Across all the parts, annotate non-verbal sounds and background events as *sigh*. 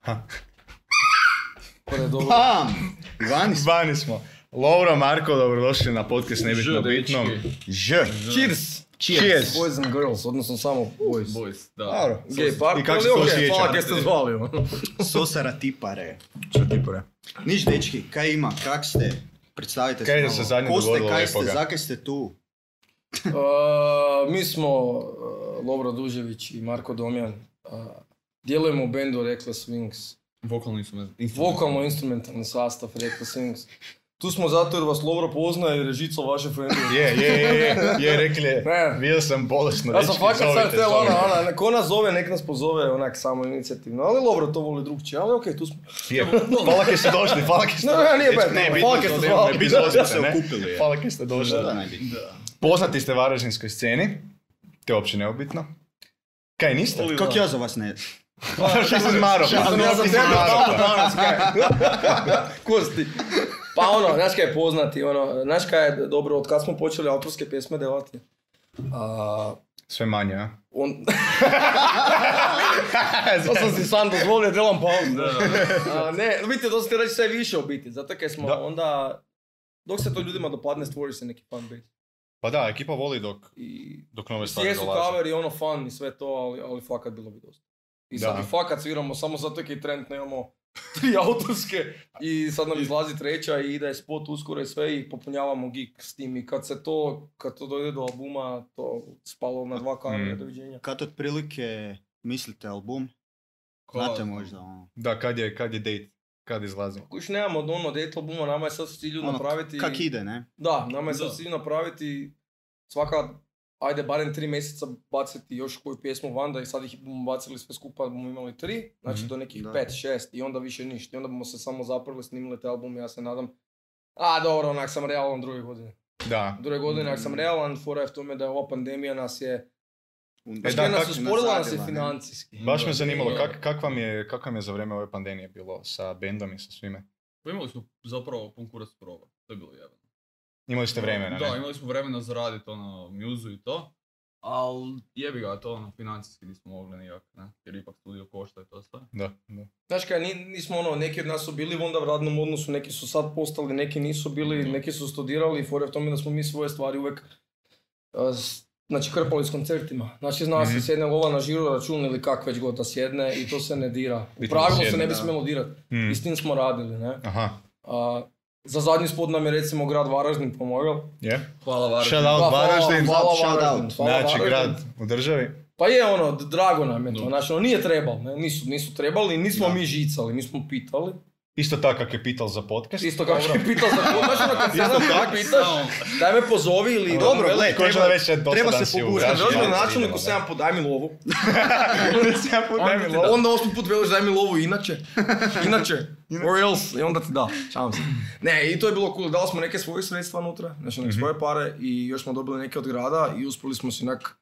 Ha, Predobro. Pam! Vani smo. Zvani smo. Lovro, Marko, dobrodošli na podcast Nebitno Ž, bitno. dečki. Ž. Cheers! Cheers. Boys and girls, odnosno samo boys. Boys, da. Dobro. Gay par, I kako ali se to okej, osjeća? hvala kaj ste zvali. ono. Sosara tipare. Čo ti pore? Niš dečki, kaj ima, kak ste? Predstavite Kaj se se malo. zadnje Ko ste, dogodilo kaj ste, lepoga? zakaj ste tu? Uh, mi smo uh, Lovro Dužević i Marko Domjan. Uh, djelujemo u bendu Reckless Wings. Vokalni instrument. Vokalno-instrumentalni sastav Reckless Wings. Tu smo zato jer vas Lovro poznaje jer je žica vaše friendovi. Je, je, je, je, je, rekli je, Ne. bio sam bolesno, Ja sam dečki, fakat sad ono, zovite, htjela zovite. ona, ona, ko nas zove, nek nas pozove onak samo inicijativno. Ali Lovro to voli drugčije, ali okej, tu smo. Je, hvala kaj ste došli, hvala kaj ste Ne, ne, nije Dečki, bed, ne, ne, bitno hvala kaj to, ste ne, zvali. ne, bitno Da, došli da ste, se ne? okupili, je. Hvala kaj ste došli. Da, najbitnije. Poznati ste varaždinskoj sceni, to je uopće neobitno. Kaj niste? Kak ja za vas ne? *laughs* Šta si zmaro? Sam ja za Ti si tebe zmaro. tamo danas, kaj. *laughs* Kosti. Pa ono, znaš kaj je poznati, ono, znaš kaj je dobro, od kad smo počeli autorske pjesme devati? A, Sve manje, a? *laughs* on... to sam si sam dozvolio, delam pauzu. A, ne, vidite, to ste reći sve više u biti, zato kaj smo Da. onda... Dok se to ljudima dopadne, stvori se neki fan base. Pa da, ekipa voli dok, I dok nove stvari jesu dolaze. cover i ono fan i sve to, ali, ali fakat bilo bi dosta. I sad Da. i fakat sviramo samo zato jer je trend nemamo *laughs* tri autorske i sad nam izlazi treća i ide spot uskoro i sve i popunjavamo gig s tim i kad se to, kad to dojde do albuma, to spalo na dva kamere, Mm. doviđenja. Kad otprilike mislite album? Znate možda ono. Da, kad je, kad je date, kad izlazi. Kuš nemamo ono date albuma, nama je sad cilj Ono, napraviti... Kak ide, ne? Da, nama je sad Da. cilj napraviti svaka, ajde, barem tri mjeseca baciti još koju pjesmu van, da i sad ih bomo bacili sve skupa, bomo imali tri, znači Mhm. do nekih Da. pet, šest i onda više ništa. I onda bomo se samo zaprli, snimili te albume, ja se nadam. A, dobro, onak sam realan druge godine. Da. Druge godine, onak sam realan, fora je v tome da je ova pandemija nas je... Onda- E, Znači, da, nas kak- usporila, nas je nazadila, ne? financijski. Baš me zanimalo, Da. kak, kak, vam je, kak vam je za vrijeme ove pandemije bilo sa bendom i sa svime? Pa imali smo zapravo pun kurac proba. To je bilo jebeno. Imali ste vremena, Da, ne? imali smo vremena za radit ono, mjuzu i to. Ali jebi ga, to ono, financijski nismo mogli nikak, ne? Jer ipak studio košta i to sve. Da, da. Znaš kaj, ni- nismo ono, neki od nas su bili onda u radnom odnosu, neki su sad postali, neki nisu bili, neki su studirali i fora je u tome da smo mi svoje stvari uvek uh, s- znači krpali s koncertima. Znači zna Mhm. se sjedne lova na žiro račun ili kak već god da sjedne i to se ne dira. I U to pravilu sjedne, se ne bi da. smjelo dirat. Mm. I s tim smo radili, ne. Aha, A, za zadnji spot nam je recimo grad Varaždin pomogao. je. Hvala Varaždin. Shout out Pa, hvala- Varaždin, hvala shout out. Varaždin, hvala znači Varaždin. grad u državi. Pa je ono, d- drago nam je to. Da. Znači ono, nije trebalo, ne? Nisu, nisu trebali, nismo Da. mi žicali, mi smo pitali. Isto tako kak je pital za podcast. Isto kako je pitao za to, znaš ono kad se nam pitaš, Samo- Daj me pozovi ili... Dobro, veli, gle, Koža E, treba- već je dosta treba se dan si u pogurat. Varaždinu. Kaže, ozbiljno Idemo, načelniku da. sedam put, daj mi lovu. Sedam put, daj mi Onda ti lovu. da. Onda osmi put veliš daj mi lovu inače. Inače. Or else. I onda ti da. Čavam se. Ne, i to je bilo cool. Dali smo neke svoje sredstva unutra, znači neke svoje pare i još smo dobili neke od grada i uspjeli smo si nak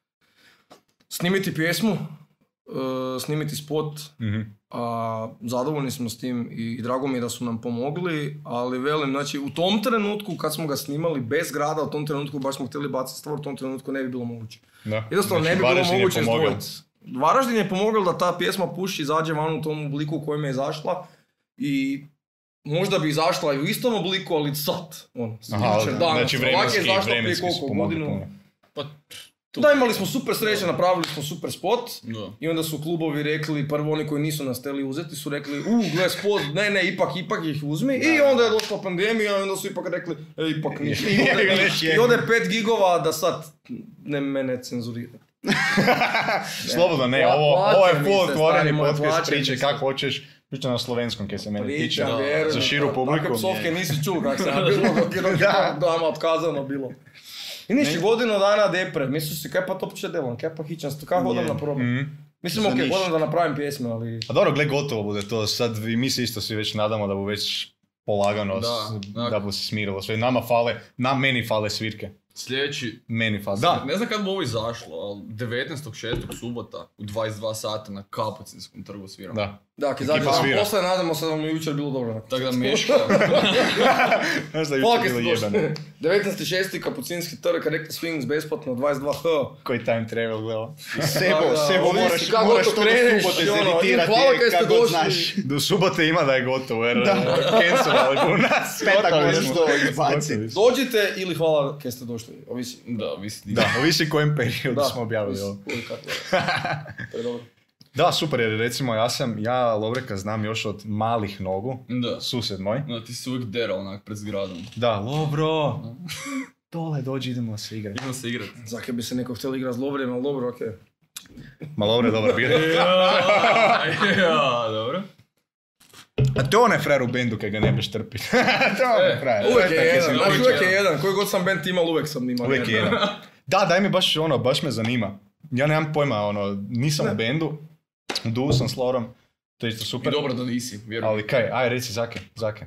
snimiti pjesmu, eh, snimiti spot, Mhm. a zadovoljni smo s tim i drago mi je da su nam pomogli, ali velim, znači u tom trenutku kad smo ga snimali bez grada, u tom trenutku baš smo htjeli baciti stvar, u tom trenutku ne bi bilo moguće. Da. Jednostavno Znači, ne bi bilo Varaždin je moguće pomogao. izdvojiti. Varaždin je pomogao da ta pjesma puši izađe van u tom obliku u kojem je izašla i možda bi izašla i u istom obliku, ali sad, ono, Aha, jučer, danas. znači Ovak je vremenski, izašla prije vremenski koliko, su pomogli godinu? puno. Pa, tu. Da, imali smo super sreće, napravili smo super spot, Da. i onda su klubovi rekli, prvo oni koji nisu nas htjeli uzeti su rekli, u, gle spot, ne, ne, ipak, ipak ih uzmi. I onda je došla pandemija i onda su ipak rekli, e, *laughs* ipak ništa. I ode, i ode pet gigova da sad ne mene cenzurira. Slobodno, ne, Pla- ovo, ovo je plaćeni full ste, otvoreni stari moj, podcast, plaćeni priče ste. kako hoćeš, priča na slovenskom kaj se mene tiče, Priča, vjerujem. za širu publiku. Takve psovke nisi čuo *laughs* kak se ja bilo, dok je dok je Da. dama otkazano bilo. I ništa, godinu dana depre, mislim si, kaj pa to uopće delam, kaj pa hićam, kaj hodam Je. na problem. Mhm. Mislim, Za ok, ništa. hodam da napravim pjesme, ali... A dobro, gle, gotovo bude to. Sad i mi se isto svi već nadamo da bu već polagano, Da, s- da, da. bu se smirilo sve. Nama fale, na meni fale svirke. Sljedeći, Meni fazno. Da. ne znam kad bi ovo izašlo, ali 19.6. subota u 22 sata na Kapucinskom trgu sviramo. Da. Da, ako izađe Ekipa dan svira. posle, nadamo se da vam je jučer bilo dobro. Tako da Meško, Znaš da je Polke jučer ste bilo došli. jebeno. 19.6. Kapucinski trg, Rectal Swings, besplatno, 22h. Koji time travel ono. gleda. Tako *laughs* Sebo, da, sebo ovisi moraš, kako moraš to ono to do kreneš, subote ono, zeditirati hvala kaj ste kako god došli. znaš. Do subote ima da je gotovo jer cancelali bu nas. Petak Gotovi možeš smo. to izbaciti. Gotovi smo. Dođite ili hvala kaj ste došli, ovisi. *laughs* da, visi Da, ovisi kojem periodu Da, smo objavili ovo. Uvijek kako *laughs* je. To je dobro. Da, super, jer recimo ja sam, ja Lovreka znam još od malih nogu, Da. sused moj. No, ti si uvijek derao onak pred zgradom. Da, Lovro, *laughs* dole dođi, idemo se igrati. Idemo se igrat. Zake bi se neko htjeli igrati s Lovrijem, ali dobro, okej. E, Ma Lovro je dobar bio. ja, *laughs* dobro. A to je onaj frajer u bendu kaj ga ne biš trpiti. *laughs* to je onaj E, frajer. Uvijek je Tako jedan, sam- znaš, uvijek je jedan. jedan. Koji god sam band imao, uvijek sam imao. Uvijek je jedan. Da, daj mi baš ono, baš me zanima. Ja nemam pojma, ono, nisam u bendu, u duo sam s Lovrom, to je isto I super. dobro da nisi, vjerujem. Ali kaj, aj reci Zake, Zake.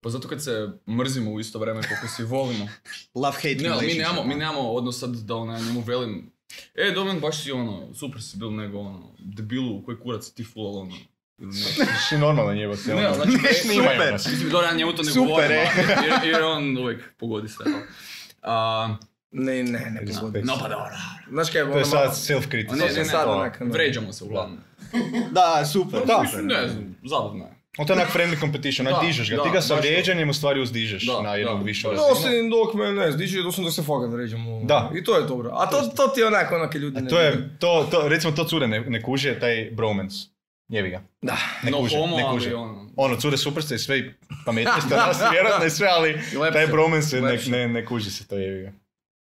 Pa zato kad se mrzimo u isto vrijeme koliko si volimo. Love hate Ne, ali mi relationship. nemamo, mi nemamo odnos sad da ona njemu velim. E, Domen, baš si ono, super si bil nego ono, debilu, koji kurac si ti fulal ono. Ili ne. Si normalan jebate. Ne, ono. znači, *laughs* Ne snimaju super. nas. Mislim, dobro, ja njemu to ne Super, govorim, e. ali- jer, jer on uvijek pogodi sve. A, Ne, ne, ne pogodi. no pa dobro. Znaš kaj, Pa To je ono sad malo... self-criticism. Ne, ne, ne, sad to- onak, ono. vređamo se uglavnom. Da, super. Da. Mislim, Ne znam, zabavno je. On to je onak friendly competition, onak Da, dižeš ga. da, Ti ga sa baš to. vrijeđanjem u stvari uzdižeš Da, na jednu da, višu da. razinu. ono, Osim dok me ne zdiđe, dok sam dok se fakat ređemo. ono. Da. I to je dobro. A to, to ti je onak, onake ljudi A ne to je, to, to, recimo to cure ne, ne kuže, taj bromance. Jebi ga. Da. Ne no kuže, homo, ne ali kuže. ono. Ono, cure super ste i sve i pametni *laughs* ste od nas, vjerojatno i sve, ali I lepše. taj bromance ne, Lepše. ne, ne kuži se to jebi ga.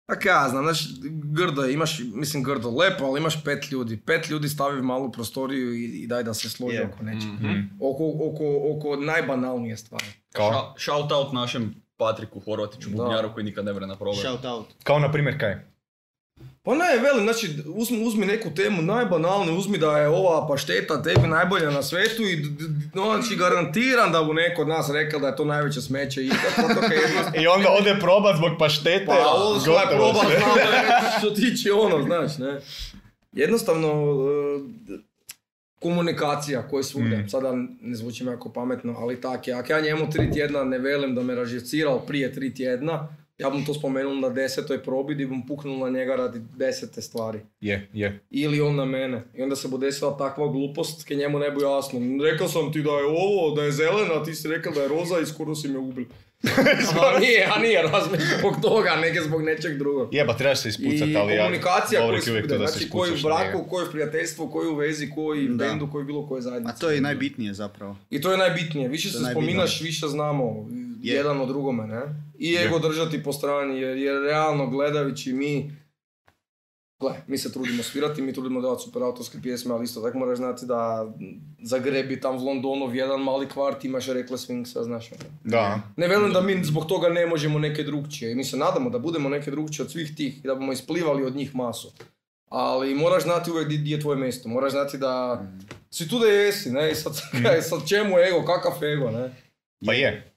A kaj ja Pa znam, znaš, grdo je, imaš, mislim grdo, lepo, ali imaš pet ljudi. Pet ljudi stavi u malu prostoriju i, i daj da se složi Je. oko nečega. Mhm. Oko, oko, oko najbanalnije stvari. Kao, Ša- Shout out našem Patriku Horvatiću, Da. bubnjaru koji nikad ne vre na problem. Shout out. kao na primjer kaj? Pa ne, velim, znači, uzmi, uzmi neku temu najbanalniju, uzmi da je ova pašteta tebi najbolja na svetu i d- d- znači garantiram da bu neko od nas rekao da je to najveće smeće i zato kaj jedno I onda ode probat zbog paštete, Pa ovo što je gotovo proba sve. znao da je što tiče ono, znaš, ne. Jednostavno, e, d- komunikacija koja je svugdje, Mm. sada ne zvučim jako pametno, ali tak je. Ako ja njemu tri tjedna ne velim da me raživcirao prije tri tjedna, ja bom to spomenul na desetoj probidi i bom puknul na njega radi desete stvari. Je, je. Ili on na mene. I onda se bude desila takva glupost ke njemu ne bu jasno. Rekao sam ti da je ovo, da je zelena, a ti si rekao da je roza i skoro si *laughs* me ubil. a nije, a nije razmišljam zbog toga, nego zbog nečeg drugog. Jeba, trebaš se ispucat, ali I ja, komunikacija koji Lovrik je se uvijek tu ide, da se znači koji u ispucaš na njega. braku, koji u prijateljstvu, koji u vezi, koji u Da. bendu, koji bilo koje A zajednice. to je najbitnije zapravo. I to je najbitnije, više To se je najbitnije. spominaš, više znamo Je. jedan o drugome, ne? I Je. ego držati po strani, jer, jer realno gledajući mi, gle, mi se trudimo svirati, mi trudimo davati super autorske pjesme, ali isto tako moraš znati da zagrebi tam v Londonu jedan mali kvart, imaš rekla Sphinxa, znaš. ono. Da. Ne velim da mi zbog toga ne možemo neke drugčije. I mi se nadamo da budemo neke drugčije od svih tih i da bomo isplivali od njih masu. Ali moraš znati uvijek di- di je tvoje mjesto. Moraš znati da Mm. si tu da jesi, ne? I sad, kaj, sad čemu ego, kakav ego, ne? Pa je.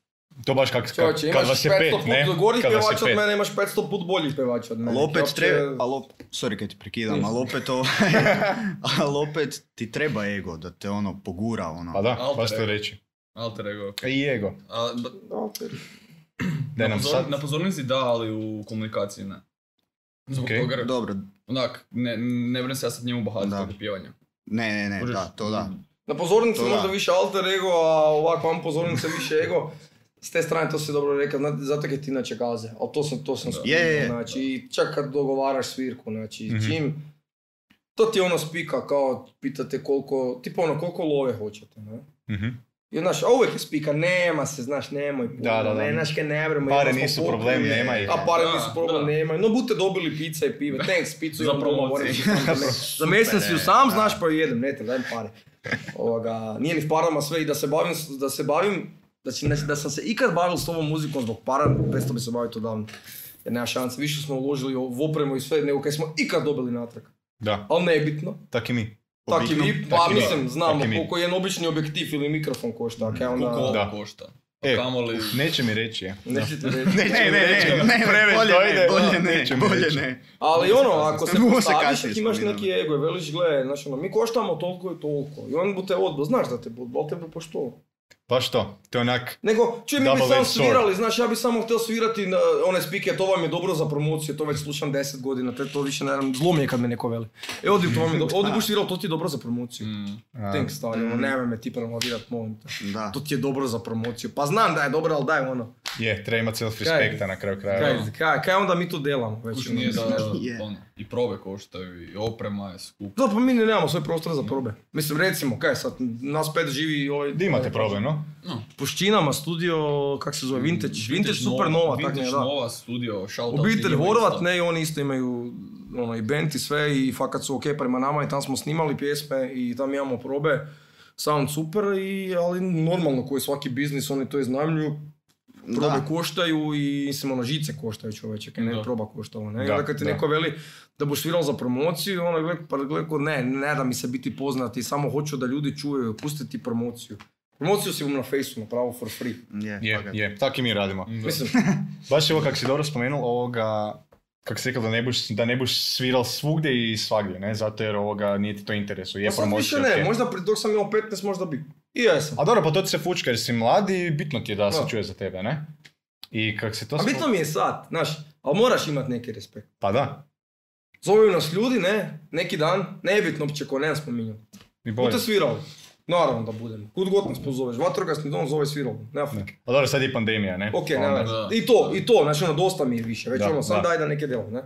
To baš kak, kak, Čovječe, kad imaš vas 500 je pet, ne? put gorih Kad vas je pevača od pet. mene, imaš 500 put boljih pevača od mene. Ali opet Uopće- treba, ali op- sorry kad ti prekidam, ali opet ovo, *laughs* ali opet ti treba ego da te ono pogura ono. Pa da, Alter baš to ego. reći. Alter ego. I ego. A, ba- Da, opet. Da na, E, nam pozor- sad... na pozornici da, ali u komunikaciji ne. Zbog Okej. toga, Dobro, onak, ne, ne vrem se ja sad njemu bahati Da. zbog pjevanja. ne, ne, ne, Kužiš? da, to da. Na pozornici To da. možda više alter ego, a ovako vam pozornice više ego. S te strane to si dobro rekao, znate, zato je ti inače gaze, ali to sam, to sam Da. skužio, Je, je, je. znači, i čak kad dogovaraš svirku, znači, Mhm. čim, to ti je ono spika, kao, pitate koliko, tipa ono, koliko love hoćete, ne? Mhm. I znaš, a uvijek je spika, nema se, znaš, nemoj puno, Da, da, da. ne, znaš, kaj ne vremo, Pare jedno smo nisu popili, problem, je. nema ih. a pare Da, nisu problem, da. nema. No, bute dobili pizza i pive, thanks, pizzu *laughs* Za imam doma, promociju. moram *laughs* si sam da ne- Zamesen si ju sam, znaš, pa ju jedem, ne te, dajem pare. Ovoga, nije ni v parama sve i da se bavim, s- da se bavim, znači, znači, da sam se ikad bavio s ovom muzikom zbog para, prestao bi se baviti odavno. Jer nema šanse, više smo uložili u opremu i sve, nego kaj smo ikad dobili natrag. Da, Ali nebitno. tak i mi. Tak i Obitno. mi, tak pa i mi, mislim, znamo tak i mi. koliko je jedan obični objektiv ili mikrofon košta, kaj Koliko onda... ovo Da. košta? Pa E, kamoli... Neće mi reći, je. Neću ti reći. Ne, ne, ne, ne, Preveć bolje to ne, ide, da, bolje neće ne, mi bolje reći. ne. Ali ono, ako se Mogu se postaviš, kasnije ako imaš spominjati. neki ego i veliš, gle, znači ono, mi koštamo toliko i toliko. I on bu te odbo, znaš da te bu, ali te bu poštovao. Pa što, to je onak, Nego, čuj, mi bi Double samo edged sword. svirali, znaš, ja bi samo htio svirati na one spike, to vam je dobro za promociju, to već slušam 10 godina, te to više, naravno, zlo mi je kad me neko veli. E, odi, to vam je dobro, odi buš svirao, to ti je dobro za promociju. Mm. a, Thanks, stari, ono, nemoj me ti promovirat, molim te. Da. To ti je dobro za promociju. Pa znam da je dobro, ali daj ono. je, treba imati self-respekta na kraju Kaj, krajeva. kaj, kaj onda mi to delamo? Već, Kuš ono, nije da, Je. ono, i probe koštaju, i oprema je skupa. Da, pa mi ne nemamo svoj prostor za probe. Mislim, recimo, kaj sad, nas pet živi ovaj... Di imate problem, no? No. Puščinama, studio, kak se zove, Vintage, Vintage, Supernova, tak ne, Vintage da. Mm, Nova studio, shoutout Obitelj njima Horvat, isto. ne, i oni isto imaju ono, i band i sve i fakat su ok prema nama i tam smo snimali pjesme i tam imamo probe. Sound super, i, ali normalno koji svaki biznis, oni to iznajmljuju. Probe Da. koštaju i mislim ono žice koštaju čoveče, kaj ne Da. proba koštala. Ne? I Da, onda kad ti da. neko veli da boš svirao za promociju, ono je pa gle, ko ne, ne da mi se biti poznati, samo hoću da ljudi čuju, pustiti promociju. Promociju si bom na Faceu napravo for free. Je, pa Je, fakat. je, tak i mi radimo. Da. Mislim, Baš evo kako si dobro spomenul ovoga, kako si rekao da ne buš, da ne buš sviral svugdje i svagdje, ne? Zato jer ovoga nije ti to interesu, je pa sad više promocija, ne, ok. možda pri- dok sam imao 15 možda bi. I ja sam. A dobro, pa to ti se fučka jer si mlad i bitno ti je da se Da. čuje za tebe, ne? I kak se to... A spo- Pa bitno mi je sad, znaš, ali moraš imat neki respekt. Pa da, Zovu nas ljudi, ne, neki dan, nebitno uopće ko ne spominjao. i bolje. Bude svirao. Naravno da budem. Kud god nas pozoveš, vatrogasni dom zove svirao, ne frike. Pa dobro, sad je pandemija, ne? Ok, Pa ne, onda- veze. da. I to, i to, znači ono, dosta mi je više, već Da, ono, sam da. daj da neke delo, ne.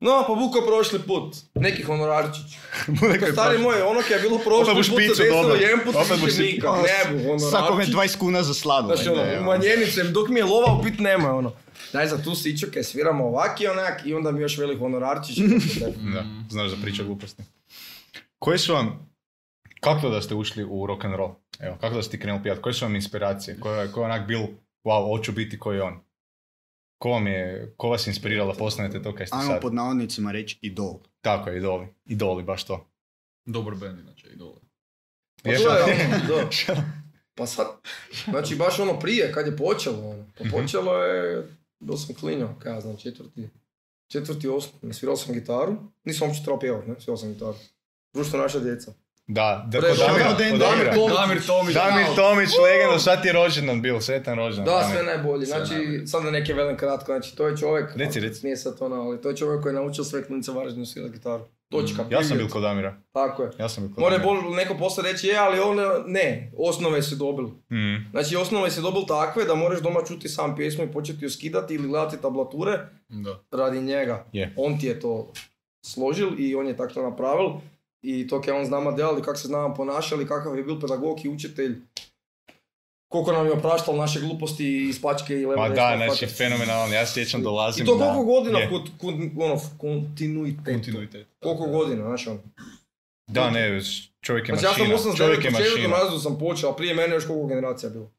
No, pa buko prošli put, neki *laughs* honorarčić. Bude Ka kaj stari prošlo. moj, ono kaj je bilo Opet prošli put buš picu se desilo, dobar. jedan put Opet buš više si- nikad, A, ne ono, bu, Svakome honorarčić. 20 kuna za sladoled. Znači ono, Ovaj, ne, umanjenice, dok mi je lova u pit nema, ono. Daj za tu siću kaj sviramo ovak i onak i onda mi još veli honorarčić. Da, Mm. znaš da priča gluposti. Koji su vam, kako da ste ušli u rock and roll? Evo, kako da ste krenuli pijat? Koje su vam inspiracije? Ko je, ko je onak bil, wow, hoću biti koji je on? Ko vam je, ko vas je inspirirao da postanete to kaj ste Ajmo sad? pod navodnicima reći idol. Tako je, idoli. Idoli, baš to. Dobar band inače, i dole. Pa Je, to je šal- ono, da. Pa sad, znači baš ono prije, kad je počelo ono. Pa počelo je, bio sam klinio, kaj ja znam, četvrti, četvrti osnovni, svirao sam gitaru, nisam uopće trebao pjevat, ne, svirao sam gitaru. Društvo naša djeca. *laughs* Da, da, Pre- kod Damira, kod Damir- Damir Damira. Damir Tomić. Tomić. Damir znao. Tomić, legenda, sad ti je rođendan bil, sretan rođendan. Da, Damir. sve najbolje. Sve Znači, najbolje. sad da neke velim kratko, znači to je čovjek, Reci, reci. nije sad ono, ali to je čovjek koji je naučio sve klinice Varaždinu svirati gitaru. Točka. Mm. Ja sam period. bil kod Damira, Tako je. ja sam bil kod More Damira. bol, neko poslije reći, je, ali on, ne, osnove si dobili. Mm, Znači, osnove si dobil takve da moraš doma čuti sam pjesmu i početi ju skidati ili gledati tablature Da. radi njega. Je. On ti je to složil i on je tako to napravil. I to kaj on s nama delali, kako se s nama ponašali, kakav je bil pedagog i učitelj. Koliko nam je opraštalo naše gluposti iz pačke i leva Ma desna, da, fakat. znači fenomenalno, ja se sjećam, dolazim I to na- koliko godina Je. kod, kod, ono, kontinuitet. Kontinuitet. Koliko godina, znači ono. Da, ne, s- čovjek je Znači ja sam mašina. 89 čovjek je u četvrtom mašina. razredu sam počeo, a prije mene još koliko generacija bilo.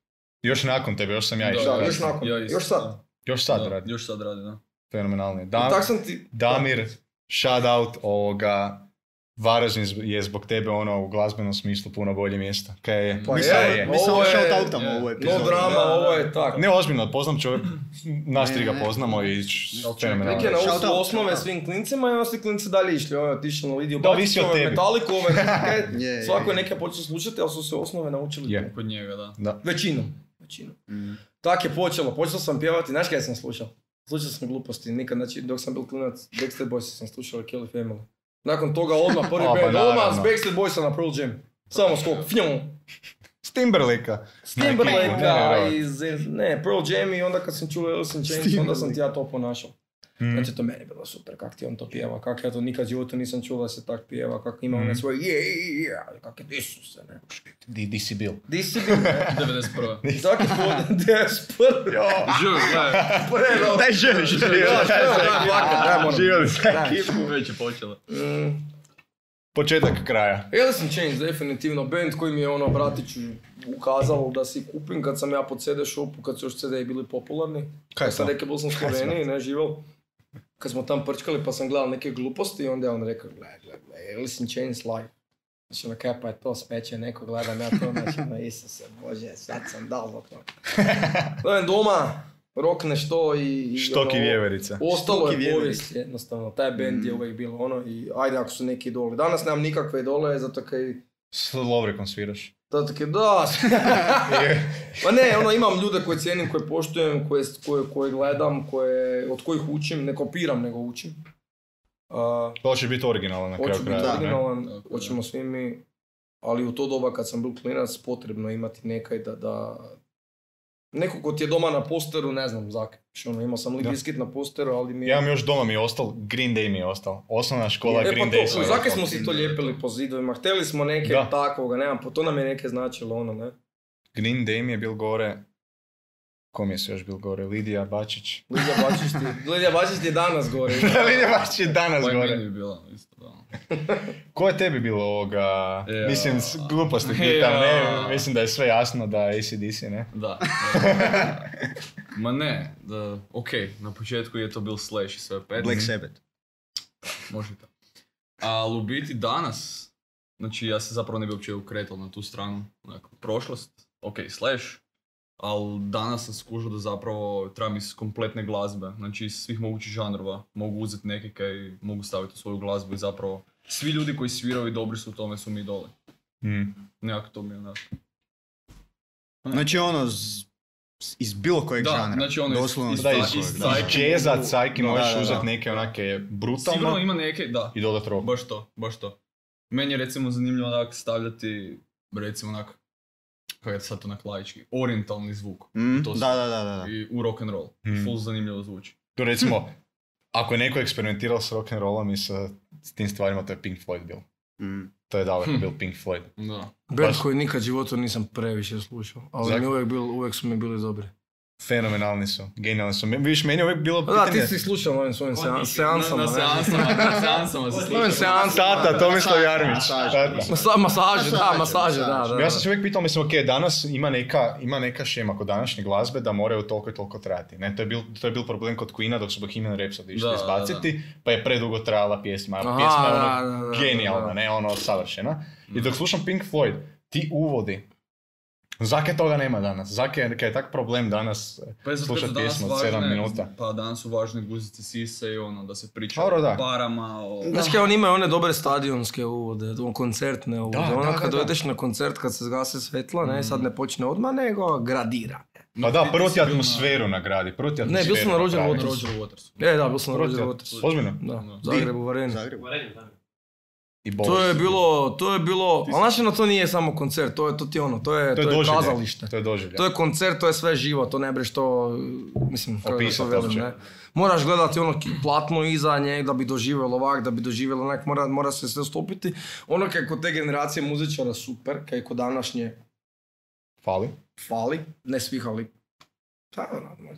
Još nakon tebe, još sam ja Da, išao. Da, raditi. još nakon, Ja isto, još sad. da. Još sad Da, radi. Još sad radi, da. Fenomenalno je. I Dam, tak sam ti... Damir, shout out ovoga. Varaždin zb- je zbog tebe ono u glazbenom smislu puno bolje mjesto. Kaj je? Pa Mi je, Mislim da samo- Mi ovo samo je- shout outamo je. ovu No epizodu. drama, Da, da. ovo je tak. Ne, ozbiljno, poznam čovjek, nas tri ga Ne, ne. poznamo i č- Da, čovjek fenomenalno. Lik je Shout naučio out, osnove shout out. svim klincima i onda su klinci dalje išli. Ovo je otišao na ono, Lidiju Da, ovisi o Bakić, ovo je tebi. Metalliku, ovo je *laughs* ne znam kaj. Je, je, Svako je je. neke počeo slušati, ali su se osnove naučili. Je. Kod njega, da. Većinom. Većinom. Mm. Tak je počelo, počeo sam pjevati, znaš kaj sam slušao? Slušao sam gluposti, nikad, znači dok sam bil klinac, Backstreet Boys sam slušao i Kelly Family. Nakon toga odmah prvi A, pa band, odmah s naravno. Backstreet Boysa na Pearl Jam. Samo skok, fjom, S Timberlake-a. s Neki, ne, Timberlake-a ne, i z- ne, Pearl Jam i onda kad sam čuo Alice in Chains, onda sam ti ja to ponašao. Mm. Znači to meni je bilo super, kak ti on to pjeva, kak ja to nikad u životu nisam čuo da se tak pjeva, kak ima one svoje je, je, je, ali kak je Isuse, ne. Mhm. Di, di si bil? Di si bio, *laughs* ne? 91. I tako je *laughs* pod DSP. *laughs* Živi, gledaj. Prelo. Daj, želi, želi. Da, da, fakat, da, moram. Živjeli. Da. Već je počelo. Mm, Početak kraja. Alice in Chains definitivno band koji mi je ono bratiću ukazalo da si kupim kad sam ja pod CD shopu, kad su još CD bili popularni. Kaj Ja sam sad? rekao, bol sam u Sloveniji, ne živel. Kad smo tam prčkali pa sam gledal neke gluposti i onda je on rekao, gledaj, gledaj, gledaj, Alice in Chains live. Znači, ono, kaj pa je to, speče neko, gledam ja to, znači, ono, Isuse, Bože, sad sam dal za to. Dođem doma, rokneš to i... i Štoki ono, vjeverica. Ostalo Štoki je vjeverik. povijest, jednostavno, taj bend je uvijek bilo ono i ajde ako su neki idoli. Danas nemam nikakve idole, zato kaj... S Lovrekom sviraš. Zato kaj, da, *laughs* E, Pa ne, ono, imam ljude koje cijenim, koje poštujem, koje, koje, koje gledam, koje, od kojih učim, ne kopiram, nego učim. Uh, To će biti originalan na kraju hoću biti kraja. originalan, Tako je. hoćemo svi mi, ali u to doba kad sam bil klinac, potrebno je imati nekaj da, da Neko ko ti je doma na posteru, ne znam zak. Što ono, imao sam Limp Da. Bizkit na posteru, ali mi je... Ja imam još doma mi je ostal, Green Day mi je ostal. Osnovna škola E, Green pa Day. to, sam zakaj rekao. smo si to lijepili po zidovima? Htjeli smo neke Da. takvoga, nemam, po to nam je neke značilo, ono, ne? Green Day mi je bil gore. Kom je se još bil gore? Lidija *laughs* Bačić. Lidija Bačić *laughs* ti, Lidija Bačić ti je danas gore. Lidija Bačić je danas Pa i meni gore. bi bila, isto da. ono. Ko je tebi bilo ovoga? Ja. Mislim, s- gluposti pitam, ne? Ja. Mislim da je sve jasno da je ACDC, ne? Da. Ma ne, da, ok, na početku je to bil Slash i sve pet. Black Sabbath. Može tako. Ali u biti danas, znači ja se zapravo ne bi uopće ukretao na tu stranu, onako, prošlost, ok, slash, ali danas sam skužio da zapravo trebam iz kompletne glazbe, znači iz svih mogućih žanrova, mogu uzeti neke kaj mogu staviti u svoju glazbu i zapravo svi ljudi koji sviraju i dobri su u tome su mi idoli. Mm. Nekako to mi je onak. Znači ono, z- s- iz bilo kojeg Da, žanra. znači ono iz- Doslovno iz- iz Da, bilo iz, iz kojeg, da. Psyche. iz jazza, cajki Da, možeš da, da. uzeti neke onake Sigurno brutalne ima neke, da, i dodat rock. baš to, baš to. Meni je recimo zanimljivo onak stavljati, recimo onak, kako je sad onak laički, orientalni zvuk. Mm, To su- da, da, da, da. da. i u rock and roll. Mm. Full zanimljivo zvuči. Tu recimo, ako je neko eksperimentirao s rock'n'rollom i sa s tim stvarima, to je Pink Floyd bil. Mm. To je daleko Hm. bil Pink Floyd. Da. Band Baš- koji nikad životu nisam previše slušao, ali Zak- mi uvijek, bil, uvijek su mi bili dobri. Fenomenalni su, genijalni su. Me- Vidiš, meni je uvijek bilo Pa Da, ti Pa pitanje... si slušao na ovim svojim sean- na, seansama. na ne? seansama, na seansama se Na sluša. ovim seansama. Tata, Tomislav Jarmić. Masaže. Tata. Masa- Masaže, da, Masaže, masaže, da, masaže. da. Ja sam se uvijek pitao, mislim, ok, danas ima neka, ima neka šema kod današnje glazbe da moraju toliko i toliko trajati. Ne, to, je bil, to je bil problem kod Queena dok su Bohemian Rhapsody išli Da, da, izbaciti, pa je predugo trajala pjesma. Aha, pjesma je da, ono da, da, da, genijalna, da. ne ono savršena. I Mm. dok slušam Pink Floyd, ti uvodi, Zake toga nema danas. Zake je, kaj je tak problem danas. Pa je zato Slušat što danas pjesmu od sedam važne- minuta. Pa danas su važne guzice sise i ono, da se priča Dobro, o da. parama, o... Znaš kaj, oni imaju one dobre stadionske uvode, on- koncertne uvode. Da, ono da, kad da, Mm. da. dojdeš na koncert, kad se zgase svetla, ne, sad ne počne odmah, nego gradira. Pa da, ti- prvo ti ti si bil na- atmosferu nagradi, prvo ti bio sam atmosferu na Roger napravi. Na Waters. Roger Waters. E, da, bio sam na Prvo ti- Roger Waters. Ozbiljno? Da, Di? Zagreb u Vareni. Zagreb. I To je Boris. bilo, to je bilo, ali znaš, ono, to nije samo koncert, to je, to ti je ono, to je, To je to je doživljaj. kazalište. To je doživljaj. To je koncert, to je sve živo, to ne breš to, mislim, kako da to Opisat velim, uopće. ne. Moraš gledati ono ki- platno iza nje, da bi doživjelo ovak, da bi doživjelo onak, mora, mora se sve stopiti. Ono kaj kod te generacije muzičara super, kaj kod današnje Fali. fali, ne svih, ali... Pa, ono,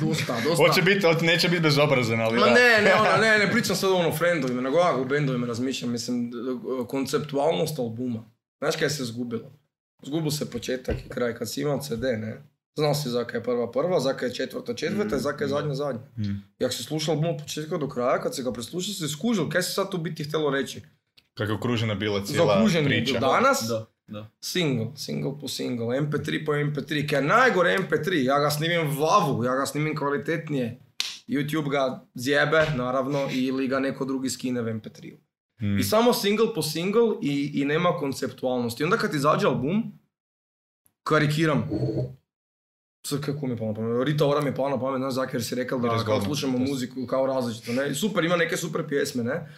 Dosta, dosta. Hoće biti, hoće- neće biti bezobrazan, ali Ma da. ne, ne, ono, ne, *laughs* ne pričam sad ono o friendovima, nego ja o bendovima razmišljam, mislim, d- d- konceptualnost albuma. Znaš kaj se zgubilo? Zgubil se početak i kraj, kad si imao CD, ne? Znao si zakaj je prva prva, zakaj je četvrta četvrta i zakaj je zadnja zadnja. Mm. I ako si slušao album od početka do kraja, kad si ga preslušao, si skužil kaj si sad tu biti htjelo reći. Kako je okružena bila cijela Zaokružen je priča. bio danas, Da, da. single, single po single, mp3 po mp3, kaj je najgore mp3, ja ga snimim vavu, ja ga snimim kvalitetnije. YouTube ga zjebe, naravno, ili ga neko drugi skine v mp3. Mm. I samo single po single i, i nema konceptualnosti. I onda kad izađe album, karikiram. Sad kako mi je palo na pamet? Rita Ora mi je palo na pamet, znaš, zato jer si rekao da kao Razgovor. slušamo muziku kao različito, ne? I Super, ima neke super pjesme, ne?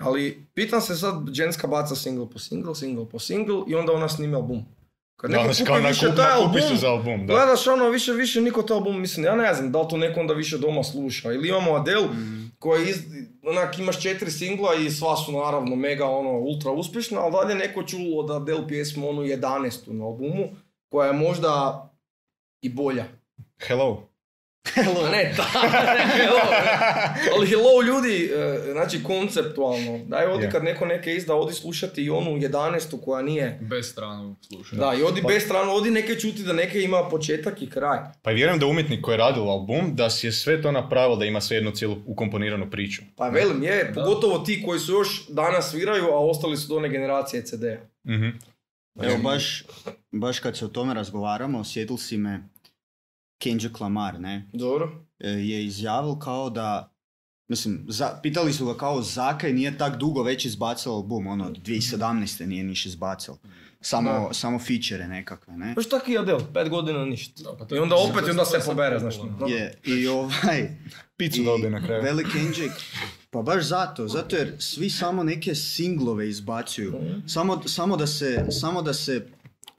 Ali pitam se sad, ženska baca single po single, single po single i onda ona snimi album. Kad Da, neko znači kao kupi na više kup, taj nakupi se album, za album, da. Gledaš ono, više, više niko to album, mislim, ja ne znam da li to neko onda više doma sluša. Ili imamo Adele, koja iz, onak, imaš četiri singla i sva su naravno mega ono, ultra uspješna, ali dalje neko čulo od Adele pjesmu onu 11. na albumu, koja je možda i bolja. Hello. Hello. Ne, ta, *laughs* ne, hello. Ali hello ljudi, eh, znači konceptualno. Daj odi Je. kad neko neke izda, odi slušati i onu 11. koja nije. Bez stranu slušanja. Da, i odi bez strano, odi neke čuti da neke ima početak i kraj. Pa i vjerujem da umjetnik koji je radio album, da si je sve to napravio da ima sve jednu cijelu ukomponiranu priču. Pa velim, je, pogotovo ti koji su još danas sviraju, a ostali su do one generacije CD-a. Mhm. Evo, baš, baš kad se o tome razgovaramo, sjetil si me Kendrick Lamar, ne? Dobro. e, je izjavil kao da, mislim, za, pitali su ga kao zakaj nije tak dugo već izbacil album, ono, od 2017. nije niš izbacil. Samo, samo feature nekakve, ne? Baš tako i Adel, pet godina ništa. Da, pa to I je- onda opet, i onda to je se sad pobere, znaš. popularno. ono. Je, i ovaj, Picu i dobije na kraju. Velik Kendrick, pa baš zato, zato jer svi samo neke singlove izbacuju. Samo, samo da se, samo da se,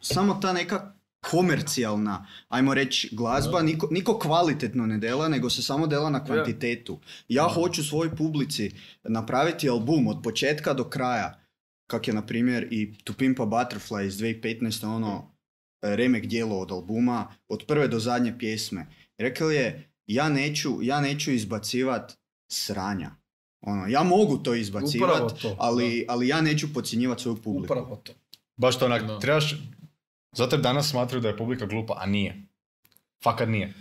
samo ta neka komercijalna, ajmo reći, glazba, niko, niko kvalitetno ne dela, nego se samo dela na kvantitetu. Ja hoću svoj publici napraviti album od početka do kraja, kak je na primjer i To Pimpa Butterfly iz 2015. ono e, remek dijelo od albuma, od prve do zadnje pjesme. Rekel je, ja neću, ja neću izbacivat sranja. Ono, ja mogu to Upravo izbacivat, to, ali, ali ja neću podcjenjivati svoju publiku. Upravo to. Baš to onak, Da. trebaš... Zato jer danas smatraju da je publika glupa, a nije. Fakat nije.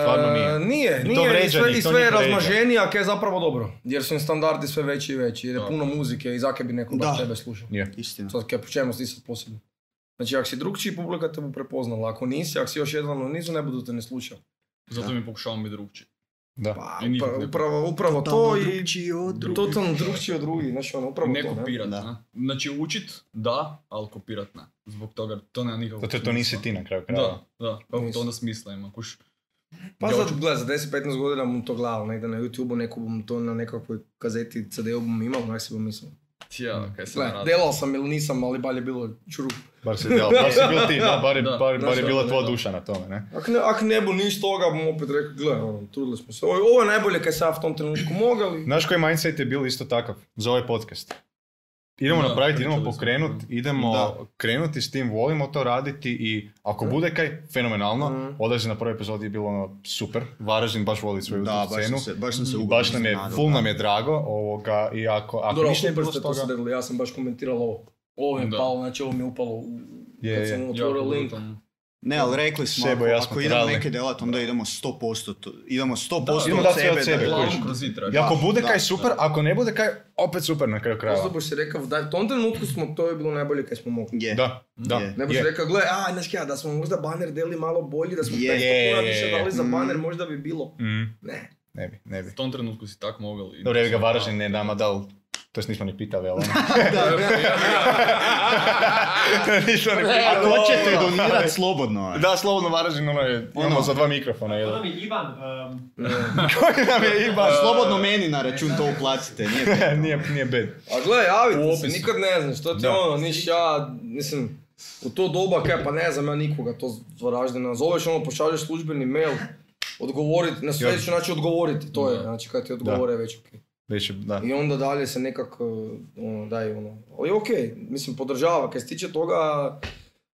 Stvarno nije. E, Nije, I to nije. I vređa sve, njih, i to sve je njih vređa. razmaženije, a kaj je zapravo dobro. Jer su im standardi sve veći i veći. Jer je Da. puno muzike i zake bi neko Da. baš tebe slušao. Istina. Sad kaj, po čemu si ti sad posebno? Znači, ako si drugčiji, publika te bu prepoznala. Ako nisi, ako si još jedan u nizu, ne budu te ne slušali. Zato mi pokušavam biti drugčiji. Da. Pa, I nikog upra- ne- upravo, upravo Totalno to i drukčiji od drugih. totalno drugčiji od drugih. Znači, ono, upravo ne to. ne? kopirat, Da. na. Znači učit, da, ali kopirat ne. Zbog toga to nema nikakvog Zato jer to nisi ti na kraju kraja. Da, da, kako to Nisam. onda smisla ima, kuš. Pa Ja sad, hoću- gledaj, za 10-15 godina bom to gledal, negdje na YouTube-u, neko bom to na nekakvoj kazeti CD-u bom imao, onak si bom mislil. Tja, kaj se Gle, radi. delal sam ili nisam, ali bar je bilo čuru. Bar si, da, bar si bil ti, da, bar, je- Da. bar, bar je Znaš, bila da, tvoja da. duša na tome, ne? Ak ne, ak ne bo nič toga, bom opet rekel, gle, ono, trudili smo se. Ovo, ovo je najbolje, kaj sam ja v tom trenutku mogel. Znaš koji mindset je bil isto takav za ovaj podcast? Idemo Da, napraviti, idemo pričali smo, pokrenuti, idemo krenuti s tim, volimo to raditi i ako Da. bude kaj, fenomenalno. Mhm. Odlazim na prvoj epizodi je bilo ono super, Varaždin baš voli svoju Da, scenu. baš sam se, baš sam se I ugodno baš nam je, iznenadil, full da. nam je drago, ovoga, i ako, ako Dobro, ništa super bilo ste s to toga- sredili, ja sam baš komentiral ovo. Ovo mi je Da. palo, znači ovo mi je upalo, u- Je, kad je. sam Ja, otvoril link. brutalno. Ne, ali rekli smo, Sebo i ja ako, smo ako idemo trali. neke delat, onda idemo 100%, to- idemo 100% Da, idemo od, dat sve sebe, od sebe, da- kužiš. Glavom kroz zid, I rekao. ako Da, bude da, kaj super, ako ne bude kaj, opet super na kraju krajeva. Zato boš si rekel, da v tom trenutku smo, to je bilo najbolje, kaj smo mogli. Je. Da, da. Je. Ne boš rekao, gle, a, znaš kaj, da smo možda baner deli malo bolji, da smo Je. 500 kuna više dali za Mm. baner, možda bi bilo. Mhm, Ne. ne bi, ne bi. U tom trenutku si tak mogel. i- Dobro, je ga Varaždin ne nama dal, to jest nismo ni pitali, ali ono. *laughs* nismo ni pitali. Ako hoćete donirati slobodno je. Da, slobodno Varaždin, ono je, imamo Ono. za dva mikrofona, jedan. Ono mi Ivan, um, Koji nam je Ivan? Slobodno meni na račun to uplatite, nije bitno. nije, nije bed. A gle, javite U se, opisu. nikad ne znaš, što ti Da. ono, niš ja, mislim, u to doba, kaj pa ne znam ja nikoga, to zaraždena, zoveš ono, pošalješ službeni mail, odgovorit, na sve Ja. ću način odgovoriti, to je, znači kad ti odgovore već ok. Već je, da. I onda dalje se nekako, ono, daj ono, ali ok, mislim, podržava, kaj se tiče toga,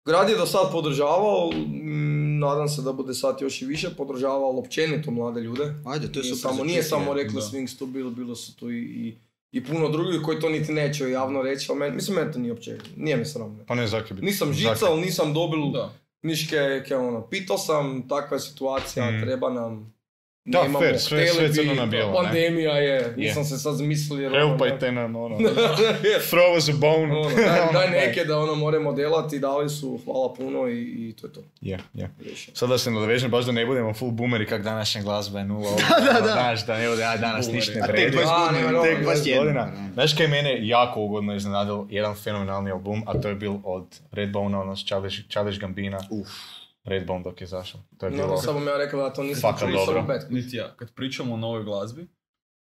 grad je do sad podržavao, mm, nadam se da bude sad još i više podržavao, općenito mlade ljude, Ajde, to je nije super samo, za nije čuti, samo je. reklo da. Swings to bilo, bilo su tu i, i, i puno drugih koji to niti neće javno reći, ali men, mislim, meni to nije uopće, nije mi sramno. Pa ne, zakaj bi. Nisam Zakaj? žical, nisam dobil Da. niške, ke ono, pitao sam, takva je situacija, Mm. treba nam, Da, nemamo, fair, sve- htjeli sve bi, crno na bijelo, ne? Pandemija je, nisam se sad zamislio. jer ono, *laughs* ne- Helpajte nam, ono. Jer, Throw us a bone. *laughs* ono, daj, Ono, daj neke da ono moramo delati, dali su, hvala puno i, i to je to. Je, je. Riješeno. Sad da se nadovežem, baš da ne budemo full boomeri kak današnja glazba je nula. da, da, da. Znaš, da ne bude, ja danas Boomeri. ništa ne A tek vredi. 20 A, godina, ne, tek ne, 21 godina. da. Znaš kaj je mene jako ugodno iznenadilo jedan fenomenalni album, a to je bil od Redbone, ono, Čaveš Gambina, Uf, Redbone dok je zašao. To je No, bilo... Ono, samo ja rekao da to nisam Fakat čuo, nisam dobro. bad. Niti ja, kad pričamo o novoj glazbi.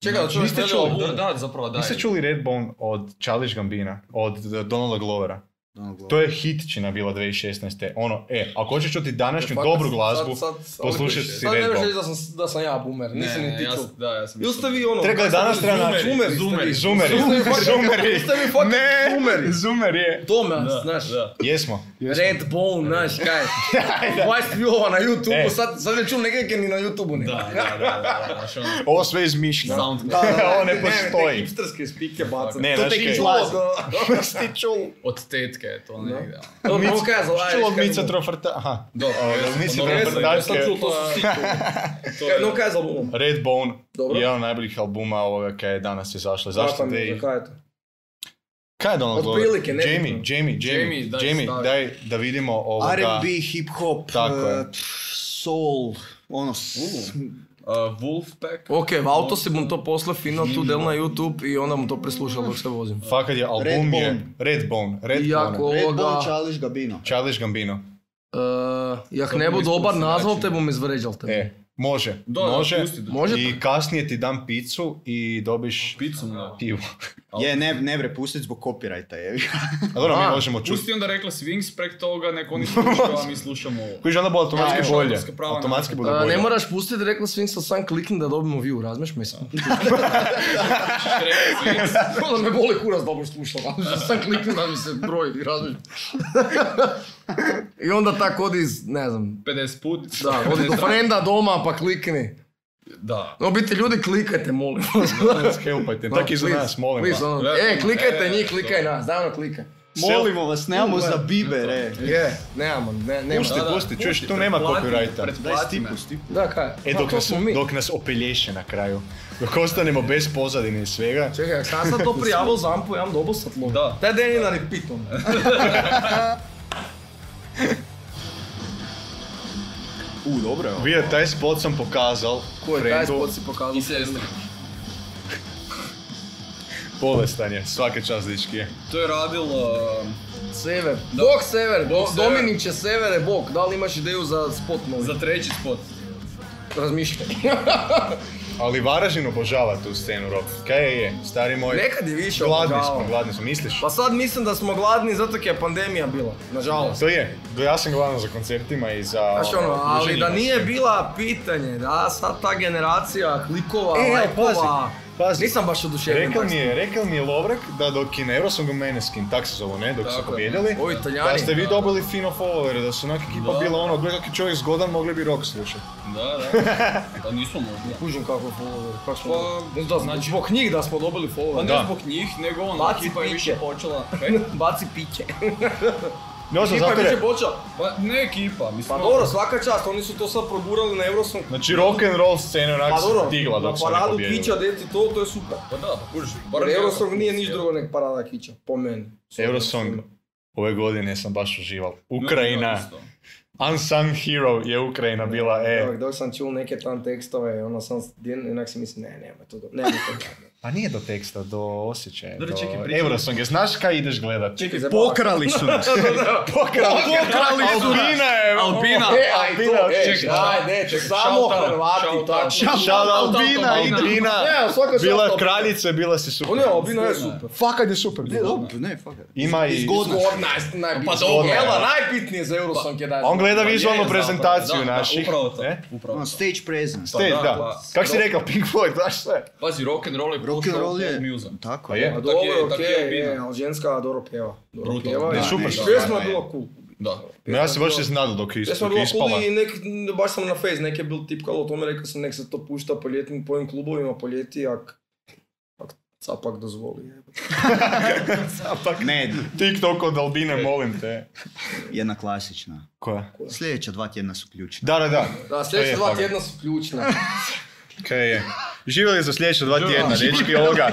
Čekaj, da čuješ Niste mene čuli? album? Da, da, zapravo da. Niste je. čuli Redbone od Childish Gambina, od eh, Donalda Glovera? Donald Glover. To je hitčina bila 2016. Ono, e, ako hoćeš čuti današnju Fakat, dobru sad- glazbu, sad- sad- sad poslušaj ne si možeš Red Bull. reći da sam, da sam ja boomer, nisam ne, niti ja, čuo. sam- da, ja sam Ili isto- ste vi ono... Treba je kak ste danas vi, treba naći. Zoomeri, Zoomeri. Zoomeri, Zoomeri, fucking- zoomeri, Jeste vi fucking ne, zoomeri. zoomeri je. Toma, Da, znaš. da. Jesmo. Red Bone, znaš, *laughs* kaj. 20 view na E. YouTube, sad, sad ne čujem nekaj ni na YouTube nema. Da, da, da, da, da, znaš, ono, Ovo sve izmišljeno. sound- Ovo ne postoji. hipsterske spike baca. Ne, to znaš tek kaj. izlazi. Sti čul. Od tetke je to negdje. ono. To ono kaj zalaziš. Čul od Mica Trofarta. Aha. Dobro, Ovo, jesam, Mica dobro, Trofarta- jesam, Ja sam čuo, to su svi čuli. To Kaj, je- No kaj Pa, je za albumom? Redbone Dobro. je jedan od najboljih albuma ovoga kaj je danas izašla. Zašto Zapam je, te... Zakaj je to? Kaj je Donald Glover? Otprilike, nebitno. Jamie, Jamie, Jamie, Jamie, daj Jamie, stavi. daj da vidimo ovoga. R&B, hip hop, Tako je. e, soul, ono, s- Uh, Wolfpack. Ok, v avtu si bom to poslal fino tu del na YouTube i onda bom to preslušal dok se vozim. Fakat je album Redbone. je Redbone, Iako Redbone. Red ovoga... Bull, Childish Gambino. Childish Gambino. Uh, jak Samo ne bo nismo dobar se nazval, načeli. te bom izvređal tebe. E, može, Da, da, može. pusti da- Može I kasnije ti dam picu i dobiš Picu mu da. pivu. Je, ne, ne bre, pustit zbog copyrighta je. *laughs* A dobro, mi A, možemo čuti. Pusti onda rekla si Wings prek toga, nek oni slušaju, a mi slušamo ovo. Koji onda bude automatski Da, evo, bolje. autorska prava na- Automatski bude Uh, bolje. ne moraš pustiti, rekla svim sam sam klikni da dobimo view, razmeš me *laughs* sam. Rekla Swings. *laughs* da me boli kurac dobro slušam, ali što sam klikni da mi se broj, razmeš. I onda tako odi, iz, ne znam, 50 put. da, odi do frenda doma pa klikni. Da. No biti ljudi klikajte, molim *laughs* vas. Helpajte, tako i za Please, nas, molim vas. please, ono, Gledaj, E, klikajte e, njih, klikaj to. nas, daj ono klikaj. Molimo vas, nemamo za biber, e. Je, nemamo, ne, nema. Pusti, pusti, čuješ, tu nema copyrighta. Daj Pretplati me. stipu, stipu. Da, kaj? E, Ma, dok to nas, smo mi. dok nas opelješe na kraju. Dok ostanemo bez pozadine i svega. Čekaj, ako sam sad to prijavil za Ampu, ja imam dobil satlov. Da. Taj den je na repeatu. U, dobro je ovo. Bio taj spot sam pokazal Ko je taj frendu. spot si pokazal? I sestri. Bolestan je, svaka čast dički je. To je radilo... um, Sever. Bog Sever, Do, Sever. Dominiće Severe, Bog. Da li imaš ideju za spot novi? za treći spot. Razmišljaj. *laughs* Ali Varaždin obožava tu scenu rock. Kaj je je, stari moj? Nekad je više Gladni smo, obožavao. gladni smo, misliš? Pa sad mislim da smo gladni zato jer je pandemija bila, nažalost. To je, ja sam gladan za koncertima i za... znači. Znaš ono, ali druženjima da i nije svega. bila pitanje, da sad ta generacija klikova, E, ali pazi, lajkova, pazi. nisam baš oduševljen. Rekao tak mi je, rekao mi je Lovrak da dok je na Eurosongu Meneskin, tak se zove, ne, dok su Tako je. pobjedili, Ovi Italijani, da ste vi da, dobili fino followere, da su onak ekipa Da. bila ono, gledaj kak je čovjek zgodan, mogli bi rock slušati. Da, da. Pa nismo mogli. Kužim kako je follower, kako smo... Pa, da, znači, zbog njih da smo dobili Pa follower. ne zbog njih, nego ona Baci ekipa je piće. više *laughs* počela... Baci piće. Ne znam, Ekipa zato je više je, počela. Pa ne ekipa, mislim... Pa dobro, svaka čast, oni su to sad progurali na Eurosong. znači rock and roll scena onak Pa se dobro, digla na dok su oni paradu pobjedili. kića, deti to, to je super. Pa da, pa kužiš. Jer je Eurosong nije niš drugo nek parada kića, po meni. Eurosong ove godine sam baš užival. No, Ukrajina, da, isto. unsung hero je Ukrajina bila, e. Dok, dok sam čul neke tam tekstove, ono sam, jednak si mislim, ne, nema to dobro, nema to dobro. Pa nije do teksta, do osjećaja, do Dobro, čekaj, pričaj. Eurosong je, znaš kaj ideš gledat? Čekaj, Pokrali su nas. Pokrali Alpina je! Alpina! E, aj Alpina, to, e, čekaj. ajde, samo shout out, Hrvati, shout tako. out. Shout out Albina, Albina. Idrina, Ne, svaka čast bila Albina. kraljica, bila si super. *laughs* Ono je, Albina je super. Fakat je super. bila. Ne, fuck it. Ima i... Zgodno. Zgodna je najbitnija. Pa dobro, Ela, da. najbitnije za Eurosong je da je A On gleda Pa je vizualnu zapravo, prezentaciju E? da, da, naših. Upravo to, ne? upravo Ono, to. stage presence. Te, da, da. pa- Kak si rekao, Pink Floyd, znaš sve. Pazi, rock'n'roll je Rock and roll je... Muzan. Tako Pa je. je. Pa Tak dobro, je- tak okej, je je, Albina. ali ženska dobro pjeva. Dobro Brutalno. pjeva. Da, i super i stvar, Pjesma je da, bila je. cool. Da. No, ja se baš iznadao dok je Pjesma je ispala. bila cool i nek, baš sam na Face neke bil tipkalo o tome, rekao sam nek se to pušta po ljetnim, po ovim klubovima po ljeti, ak, ak capak dozvoli. jebote. Pak, Ne, TikTok od Albine, molim te. jedna klasična. Koja? Sljedeća dva tjedna su ključna. Da, da, da. Da, To je sljedeća dva fakat. tjedna su ključna. Kaj je? Živjeli za sljedeća dva tjedna, dečki ovoga.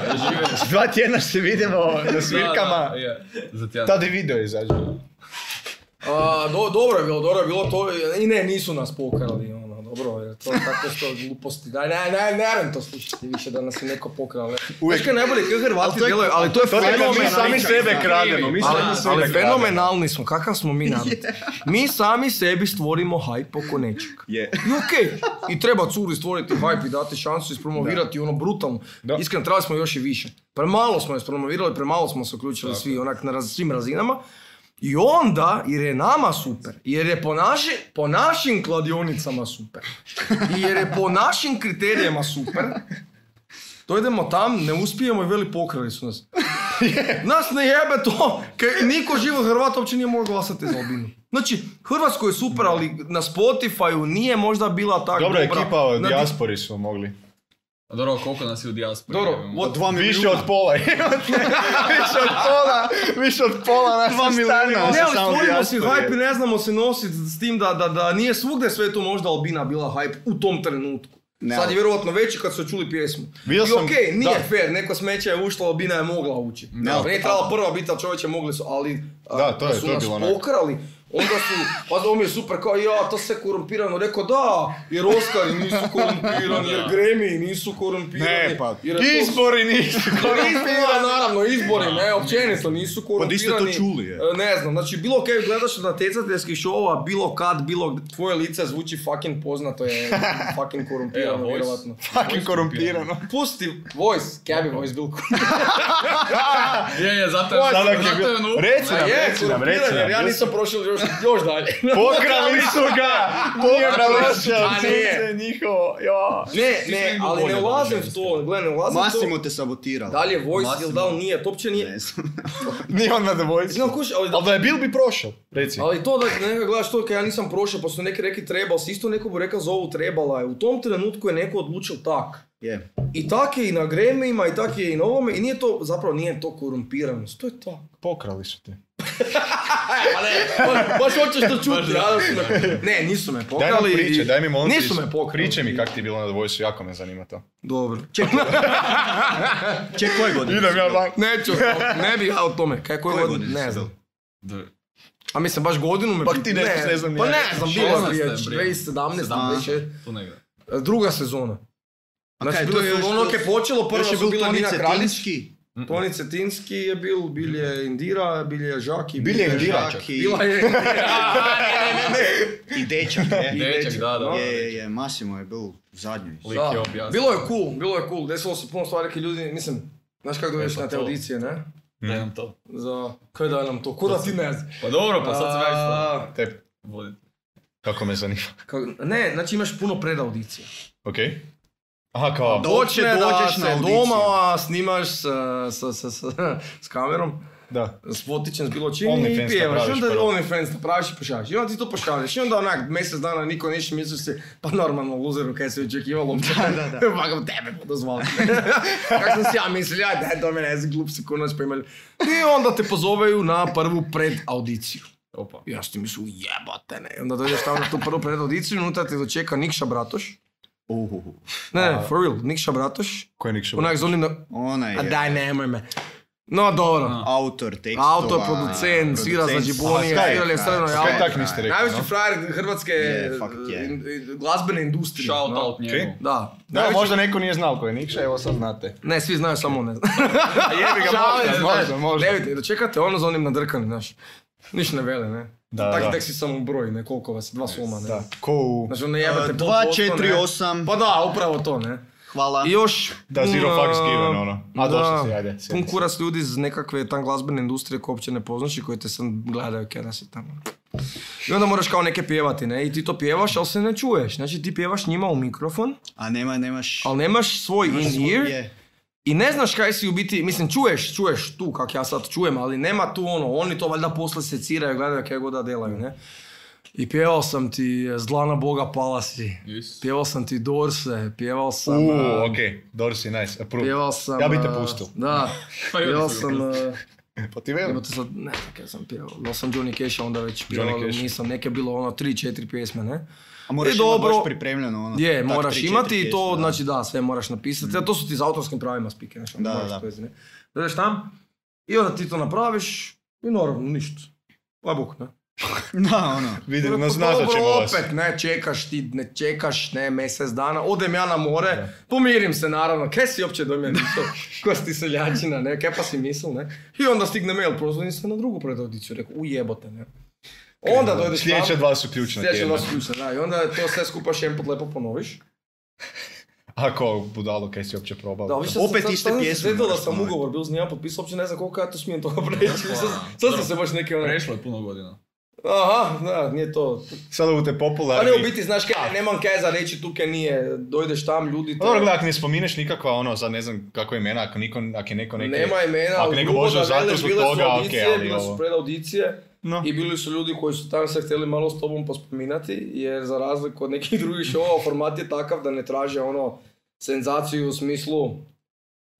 Dva tjedna se vidimo na Da, svirkama. da, je. Za tjedan. Tad i video izađe. A, do, dobro je bilo, dobro je bilo to. I ne, nisu nas pokrali, ono, dobro, jer to je tako što gluposti. Daj, ne, ne, ne, moram to slušati više da nas je neko pokrao. Uvijek. Znaš kaj je najbolje, kaj Hrvati djelaju, ali to je To je kao mi fenomenalno. sami sebe krademo. Mi Ali, sami ali sebe krademo. fenomenalni smo, kakav smo mi narod. Mi sami sebi stvorimo hype oko nečeg. Je. I okej, i treba curi stvoriti hype i dati šansu ispromovirati ono brutalno. Da. Iskreno, trebali smo još i više. Premalo smo je ispromovirali, premalo smo se uključili svi onak na raz, svim razinama. I onda, jer je nama super, jer je po, naši, po našim kladionicama super, i jer je po našim kriterijima super, dojdemo tam, ne uspijemo i veli pokrali *laughs* su nas. Nas ne jebe to, kaj niko živo Hrvat uopće nije mogao glasati za Albinu. Znači, Hrvatskoj je super, ali na Spotify-u nije možda bila Znači, tako Dobra dobra. ekipa od Na- dijaspori su mogli. A dobro, koliko nas je u dijaspori? Dobro, jebemo? od Dva Više od milijuna. pola. *laughs* više od pola, više od pola nas Dva milijuna. starimo Ne, se ali samo stvorimo si dijaspori. hype i ne znamo se nositi s tim da, da, da nije svugdje sve to možda Albina bila hype u tom trenutku. Ne, Sad ali- je vjerojatno veći kad su čuli pjesmu. Vidio I sam- okej, nije da. fair, neko smeće je ušla, Albina je mogla ući. Ne, ali- nije trebala prva biti, ali čovječe mogli su, ali a, Da, to je- su to je nas bilo onak. pokrali. Onda su, pa to mi je super, kao ja, to sve korumpirano, rekao da, jer Oscari *laughs* nisu korumpirani, jer Grammy nisu korumpirani. Ne, pa, jer je to izbori nisu. *laughs* Korumpirani, naravno, izbori, ne, općenito nisu korumpirani. niste to čuli, je. E, Ne znam, znači bilo kaj gledaš od natjecateljskih šova, bilo kad, bilo gd- tvoje lice zvuči fucking poznato je fucking E, a korumpirano, voice? vjerojatno. Fucking korumpirano. Pusti voice, kaj bi voice bil Je, je, zato je, Sada zato je bio- je nup. Reci *laughs* A nam, je, reci nam, korumpirano, reci jer nam. ja jesi- nisam prošao još, još dalje. Pokrali su ga! Pokrali su A ga! nije. Srce njihovo, ja. Ne, Ti si ne, imao ali ne bolje ulazim objašnjenje. u to, gle, ne ulazim u Masimo to. te sabotirali. Da li je voice ili da li Massimo. nije, to uopće nije. Ne znam. Nije on na The Voice. Znam, kuš, ali da Ali da je bil bi prošao, reci. Ali to da nekako gledaš to, kad ja nisam prošao, pa su neki rekli trebao si, isto neko bi rekao za ovu trebala je. U tom trenutku je neko odlučio tak. Je. I tak je i na gremijima, i tak je i na ovome, i nije to, zapravo nije to korumpiranost, to je tak. Pokrali su te. Pa ne, baš, baš hoćeš to čuti, ja da su me- Ne, nisu me Daj nam pokrali. priče, i- daj mi momci. Nisu me pokrali. Priče mi kak ti je bilo na The Voice, jako me zanima to. Dobro. Čekaj, *laughs* Ček, koje godine? Idem ja van. neću, ne bi ja o tome. Kaj Koje koje godine? godine Ne si znam. Da. A mislim, baš godinu me... Pa pit- ti nešto ne znam ni Pa ja. ne znam, bilo je 16 je, bre. prije, 2017, 2016. To ne igra. Druga sezona. A Znači, kaj, bilo to je je još ono bilo- kad je počelo, prvo Još je su bil bila Nina Toni Kraljić. Cetinski. Toni Cetinski je bil, bil je Indira, bil je Žaki. Bil je Indira. Čak i... Bila je *laughs* I dečak, je. I Dečak, da, da. Je, je, je, Masimo je bil zadnji. Lik je Da. objasnio. Bilo je cool, bilo je cool. Desilo se puno stvari kad ljudi, mislim, znaš kako dođeš E, pa na te to. audicije, ne? Daj nam to. Za, kaj da nam to? Kuda ti ne znaš? Pa dobro, pa sad sam ja isto. A, Te, Vodi. kako me zanima. *laughs* ka- Ne, znači imaš puno predaudicija. Okej. Aha, kao... Do- Doće, Počne da dođeš na se audiciju. doma a, snimaš sa, sa, sa, sa- s kamerom. Da. s fotićem, s bilo čim i OnlyFans pjevaš. I napraviš onda prvo. OnlyFans napraviš i pošalješ. I onda ti to pošalješ. I onda onak mjesec dana niko ništa misli se, pa normalno luzeru kaj se očekivalo. Da, da, *laughs* da. Pa ga tebe budu zvali. Kako sam si ja mislio, ja daj to mene, jesi glup se kunac pa imali. I onda te pozoveju na prvu predaudiciju. Opa. I ja što mislim, jebate ne. I onda dođeš tamo na tu prvu predaudiciju, unutra te dočeka Nikša Bratoš. Uhuhu. Ne, ne, for real, Nikša Bratoš. Ko je Nikša? Onak zoni na... Ona A E, je daj, nemoj me. No, dobro. A. autor tekstova. Autor, producent, svira za producent. Gibonije, Sky. svira je strano Sky javno. tak niste rekli, Najveći no? frajer hrvatske Je, fuck eh, je. in- in- glazbene industrije. Shout no. out njemu. Da. Da, Najveći- možda neko nije znao ko je Nikša, evo sad *laughs* znate. Ne, svi znaju, samo on ne *laughs* zna. Jebi ga, Šalim se, možda, možda, znaš. možda. Ne vidite, dočekate ono za onim nadrkanim, znaš. Ništa ne vele, ne. Da, tak, da. tak si samo broj, ne, koliko vas, je, dva soma, ne. Da. Ko u... Znači, ne jebate pol Dva, posto, ne. četiri, osam. Pa da, upravo to, ne. Hvala. I još... Da, zero mm, fucks given, ono. A da, došao si, ajde. sjedi Pun se. kurac ljudi iz nekakve tam glazbene industrije koje uopće ne poznaš i koje te sam gledaju kaj nas je tamo. I onda moraš kao neke pjevati, ne? I ti to pjevaš, ali se ne čuješ. Znači ti pjevaš njima u mikrofon, A nema, nemaš... ali nemaš svoj nemaš svoj- in-ear je. i ne znaš kaj si u biti, mislim čuješ, čuješ tu kak ja sad čujem, ali nema tu ono, oni to valjda posle seciraju, gledaju kaj god da delaju, ne? I pjevao sam ti eh, Zlana Boga pala si, Yes. pjevao sam ti Dorse, pjevao sam... eh, Uuu, okej, Dorsi, nice, approved. Pjevao sam... Ja bi te eh, pustil. Da, Pa i oni pjevao su sam... ga eh, Pa ti velim. Evo te sad, ne, kaj sam pjevao, da sam Johnny Cash, onda već pjevao, Cash. nisam, neke bilo ono 3-4 pjesme, ne? A moraš E, imati dobro. baš pripremljeno ono. Je, tak, moraš tri, četiri imati i to, pjesme, da. znači da, sve moraš napisati, a to su ti za autorskim pravima spike, znači, Da, moraš da. to iz- ne? Dođeš tam, i onda ti to napraviš, i naravno, ništa. Pa buk, ne? *laughs* Da, ono. Vidim, Torej, Dobro, nas nazvat ćemo vas. opet, ne, čekaš ti, ne čekaš, ne, mjesec dana, odem ja na more, pomirim se naravno, kaj si uopće do mene išao, ko si ti seljačina, ne, kaj pa si mislil, ne. I onda stigne mail, prozvodim se na drugu predaudiciju, rekao, ujebote, ne. Onda dojdeš tamo, Sljedeća dva su ključna sljedeća tjedna. dva su ključna, da, i onda to sve skupa še jedan put lepo ponoviš. Ako budalo, kaj si uopće probao. Da, više sam- Opet sad- iste sad sam se pjesme sjetio da moraš sam ponoviti. ugovor bil s njima potpisao, uopće ne znam koliko ja to smijem toga preći. Sad- Hvala. Sad sam se baš neki ono... Prešlo je puno godina. Aha, da, nije to. Sada u te Pa popularni... ne, u biti, znaš kaj, nemam kaj za reći, tu kaj nije. Dojdeš tam, ljudi Pa te... Dobro, gledaj, ako ne spomineš nikakva ono, sad ne znam kako je imena, ako, niko, ako je neko neke... Nema imena, Ako ali neko grubo može da u zatvor veleš, zbog bile su toga, ok, audicije, ali bile su ovo- predaudicije No. i bili su ljudi koji su tam se htjeli malo s tobom pospominati, jer za razliku od nekih drugih šova, format je takav da ne traže ono senzaciju u smislu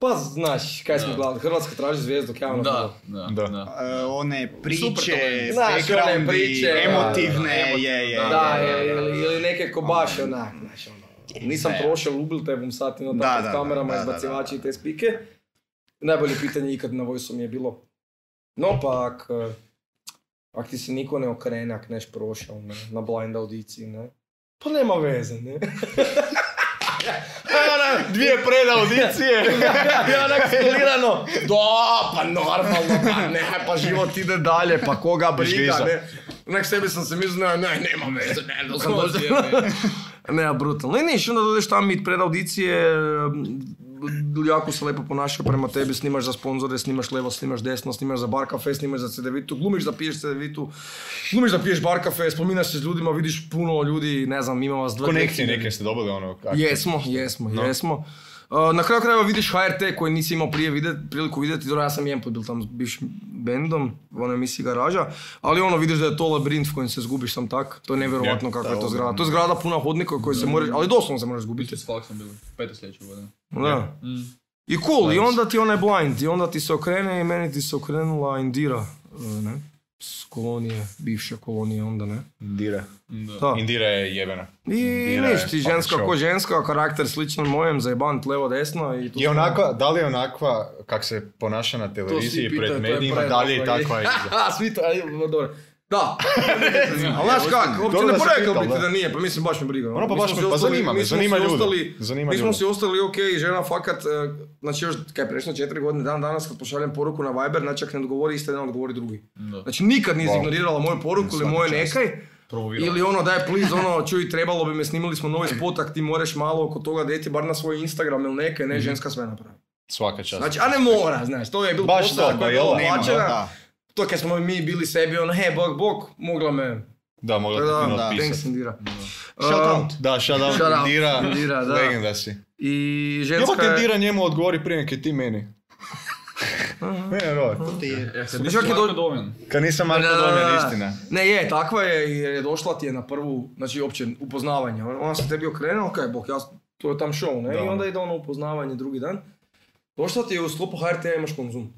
pa znaš, kaj smo Da. gledali, Hrvatska traži zvijezdu, kaj je ono bilo? Da, da, Da. da. E, one Super to priče, je. Znaš, one backgroundi, priče, da, emotivne, da, da, je, je. da, Da, je, je, je. ili, ili neke ko baš onak, znaš, ono, nisam Da, ja. prošao, ubil te bom sad, ono, Da, tako da, s da, kamerama, da, da, izbacivači da, i te spike. Najbolje pitanje ikad na vojsu mi je bilo. No pa, ak, eh, ak ti se niko ne okrene, ak neš prošao ne, na blind audiciji, ne, pa nema veze, ne. *laughs* Dvije *laughs* predaudicije! ja onak skulirano, da, pa normalno, pa ne, pa život ide dalje, pa koga briga, Izliza. ne. Onak sebi sam se mislio, ne, ne, nema veze, ne, da sam došao. Ne, a brutalno. I niš, onda dođeš tam i pred audicije, m, jako se lepo ponašaju prema tebi, snimaš za sponzore, snimaš levo, snimaš desno, snimaš za bar kafe, snimaš za CDV-tu, glumiš da piješ CDV-tu, glumiš da piješ bar kafe, spominaš se s ljudima, vidiš puno ljudi, ne znam, ima vas dva. Konekcije tri- neke ste dobili ono... kak- Jesmo, jesmo, jesmo. Uh, na kraju krajeva vidiš HRT koji nisi imao prije videt, priliku vidjeti, dobro ja sam jedan put bil tamo s bivšim bendom, u onoj emisiji Garaža, ali ono vidiš da je to labirint v kojem se zgubiš sam tak, to je nevjerojatno Je, kako da, Mm. je to zgrada. To je zgrada puna hodnika koji se moraš, ali doslovno se moraš zgubiti. S Falksom bili, peto sljedeće godine. Da. Mm. I cool, i onda ti onaj blind, i onda ti se okrene i meni ti se okrenula Indira, uh, ne? S kolonije, bivše kolonije onda, ne? Indira. Da. Da. Oh. Indira je jebena. I Indira je ništa, fucking ti ženska show. ko ženska, karakter sličan mojem, zajebant levo desno i tu Je onakva, da li je onakva kak se ponaša na televiziji Pa pitaju, pred to je medijima, prejednako da li je takva iza? *laughs* A, svi to, aj, dobro. *laughs* Da. Ali znaš kak, uopće Dobro ne da si porekao pitao, bi ti da. da nije, pa mislim baš me briga. Ono, pa Mi baš smo me- si pa ostali- zanima me, mi smo zanima si ljude. ostali- Zanima Mi smo ljude. si ostali, ok, žena fakat, eh, znači još, kaj prešlo četiri godine, dan danas kad pošaljem poruku na Viber, znači ak ne odgovori, ista jedan odgovori drugi. Da. Znači nikad nije Wow. ignorirala moju poruku ili Svaka moje čast. nekaj. Promovirala. Ili ono, daj please, ono, čuj, trebalo bi me, snimili smo novi spotak, ti moraš malo oko toga deti, bar na svoj Instagram ili nekaj, Mhm. ne, ženska sve napravi. Svaka čast. Znači, a ne mora, znaš, to je bilo Baš posao to, koje je da, bilo jel? Nema, plaćeno. da. To kad smo mi bili sebi, ono, he, bog, bog, mogla me. Da, mogla Da, ti puno da, thanks, otpisati. Indira. Shout Uh, out. Da, shout out Shout out. Indira, Indira, da. legenda si. I Jeba ženska kad je... Indira njemu odgovori prije nek je ti *laughs* meni. Ne, Robert. Ja sam Čak i do- domen. Kad nisam Marko Da, da, da, Domjan, da. istina. Ne, je, takva je, jer je došla ti je na prvu, znači, uopće, upoznavanje. Ona ona se tebi okrenula, kaj, bog, ja, to je tam show, ne? Da. I onda ide ono upoznavanje drugi dan. Došla ti je u sklopu HRT-a imaš konzum.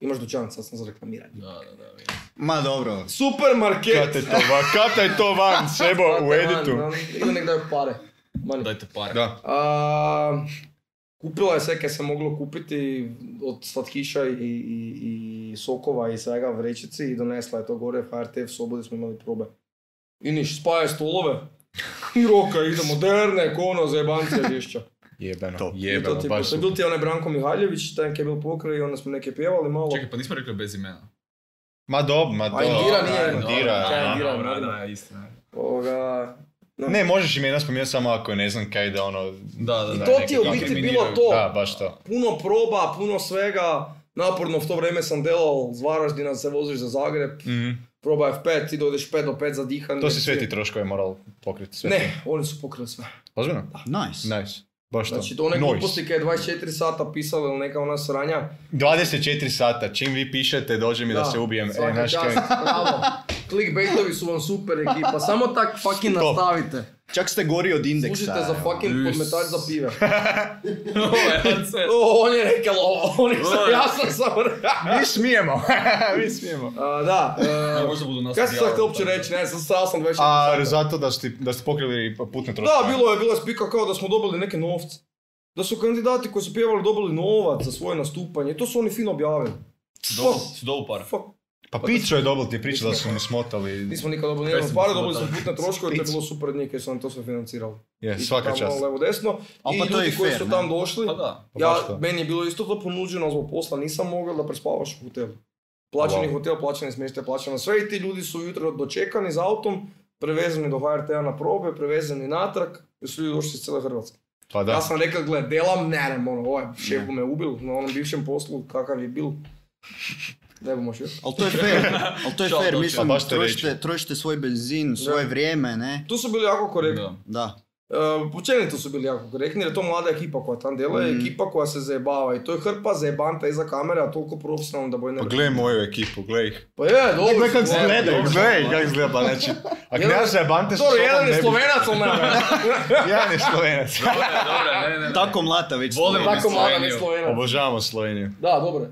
Imaš dućan, sad sam za reklamiranje. Da, da, da. vidim. Ma dobro. Supermarket! Kata je to van, kata je to *laughs* van, sebo u editu. Ili nek daju pare. Money. Dajte pare. Da. A, kupila je sve kaj se moglo kupiti od slatkiša i, i, i sokova i svega v vrećici i donesla je to gore u HRT v sobu gdje smo imali probe. I niš, spaje stolove i roka, idemo, derne, kono, zajebancija *laughs* žišća. Jebeno, To. I to jebeno, ti baš je super. bil ti je onaj Branko Mihaljević, taj kaj je bil pokraj i onda smo neke pjevali malo. Čekaj, pa nismo rekli bez imena. Ma dob, ma dob. A Indira nije da, imena. Indira, Kaj je aha. Indira? Dobro, naravno. da, istina. Ovoga, Ne, možeš imena spominjati samo ako je ne znam kaj da ono... Da, da, I da. to neka ti je u kako biti bilo eliminiraju. to. Da, baš to. puno proba, puno svega. Naporno v to vrijeme sam delal z Varaždina, se voziš za Zagreb, Mhm. proba F5, ti dođeš 5 do 5 za dihanje. To si sve ti troškove moral pokriti. Sve ti. Ne, oni su pokrili sve. Ozbiljno? Nice. Nice. Baš to. Znači, to one Noise. gluposti kaj je 24 sata pisala ili neka ona sranja. 24 sata, čim vi pišete, dođe mi da, se ubijem. E, svaka znaš čast, kaj. bravo. Clickbaitovi su vam super ekipa, samo tak fucking Top. nastavite. Čak ste gori od indeksa. Služite za evo. fucking Us. podmetač za pive. *laughs* Ovo je od sve. O, on je rekel ovo, on je sam, ja sam sam Mi smijemo. *laughs* mi smijemo. A, Da, A, e, Možda budu nas kaj sam odjavili, sad uopće tako da. reći, ne, sam sam sam 24 A sata. zato da ste, da ste pokrili pa putne troškove. Da, bilo je, bilo je spika kao da smo dobili neke novce. Da su kandidati koji su pjevali dobili novac za svoje nastupanje. To su oni fino objavili. Si dobu- Si dobu pare. Fuck. Pa piću je dobil ti je priča da su mu smotali. Nismo nikad dobili Kaj nijedno smo pare, smo dobili smo dali? putne troškove, to je bilo super od njih jer su nam to sve financirali. Je, I svaka tamo čast. Levo desno. Al I pa to ljudi je koji fair, su ne? tam došli, Pa da. Pa baš ja, to. meni je bilo isto to ponuđeno zbog posla, nisam mogao da prespavaš u hotelu. Plaćeni Wow. hotel, plaćeni smještaj, plaćeno sve i ti ljudi su ujutro dočekani s autom, prevezani do HRT-a na probe, prevezani natrag, jer su ljudi došli iz cijele Hrvatske. Pa da. Ja sam rekao, gle, delam, ne, ne, ono, ovaj šef bi me ubil na onom bivšem poslu, kakav je bil. Ne bomo šef. Ali to je fair, ali to je Šal fair, doći, mislim, a baš te trošite, trošite svoj benzin, svoje vrijeme, ne? Tu su bili jako korektni. Da. E, Da. Uh, općenito su bili jako korektni, jer je to mlada ekipa koja tam djeluje, Mhm. ekipa koja se zajebava i to je hrpa zajebanta iza kamere, a toliko profesionalno da boj ne... Pa gle moju ekipu, gle ih. Pa je, dobro. Gle su, kako dobro, izgledaju, dobro. gle ih kako izgleda, pa znači. A knjaž Zajebante sa Dobro, sobom jedan ne je bi- slovenac, ali *laughs* ne. Jedan je slovenac. Dobro, je, dobro, je, ne, ne, ne. Tako mlata već. Volimo. stoji. Tako mala ne Sloveniju. slovenac. Obožavamo Sloveniju. Da, dobro je.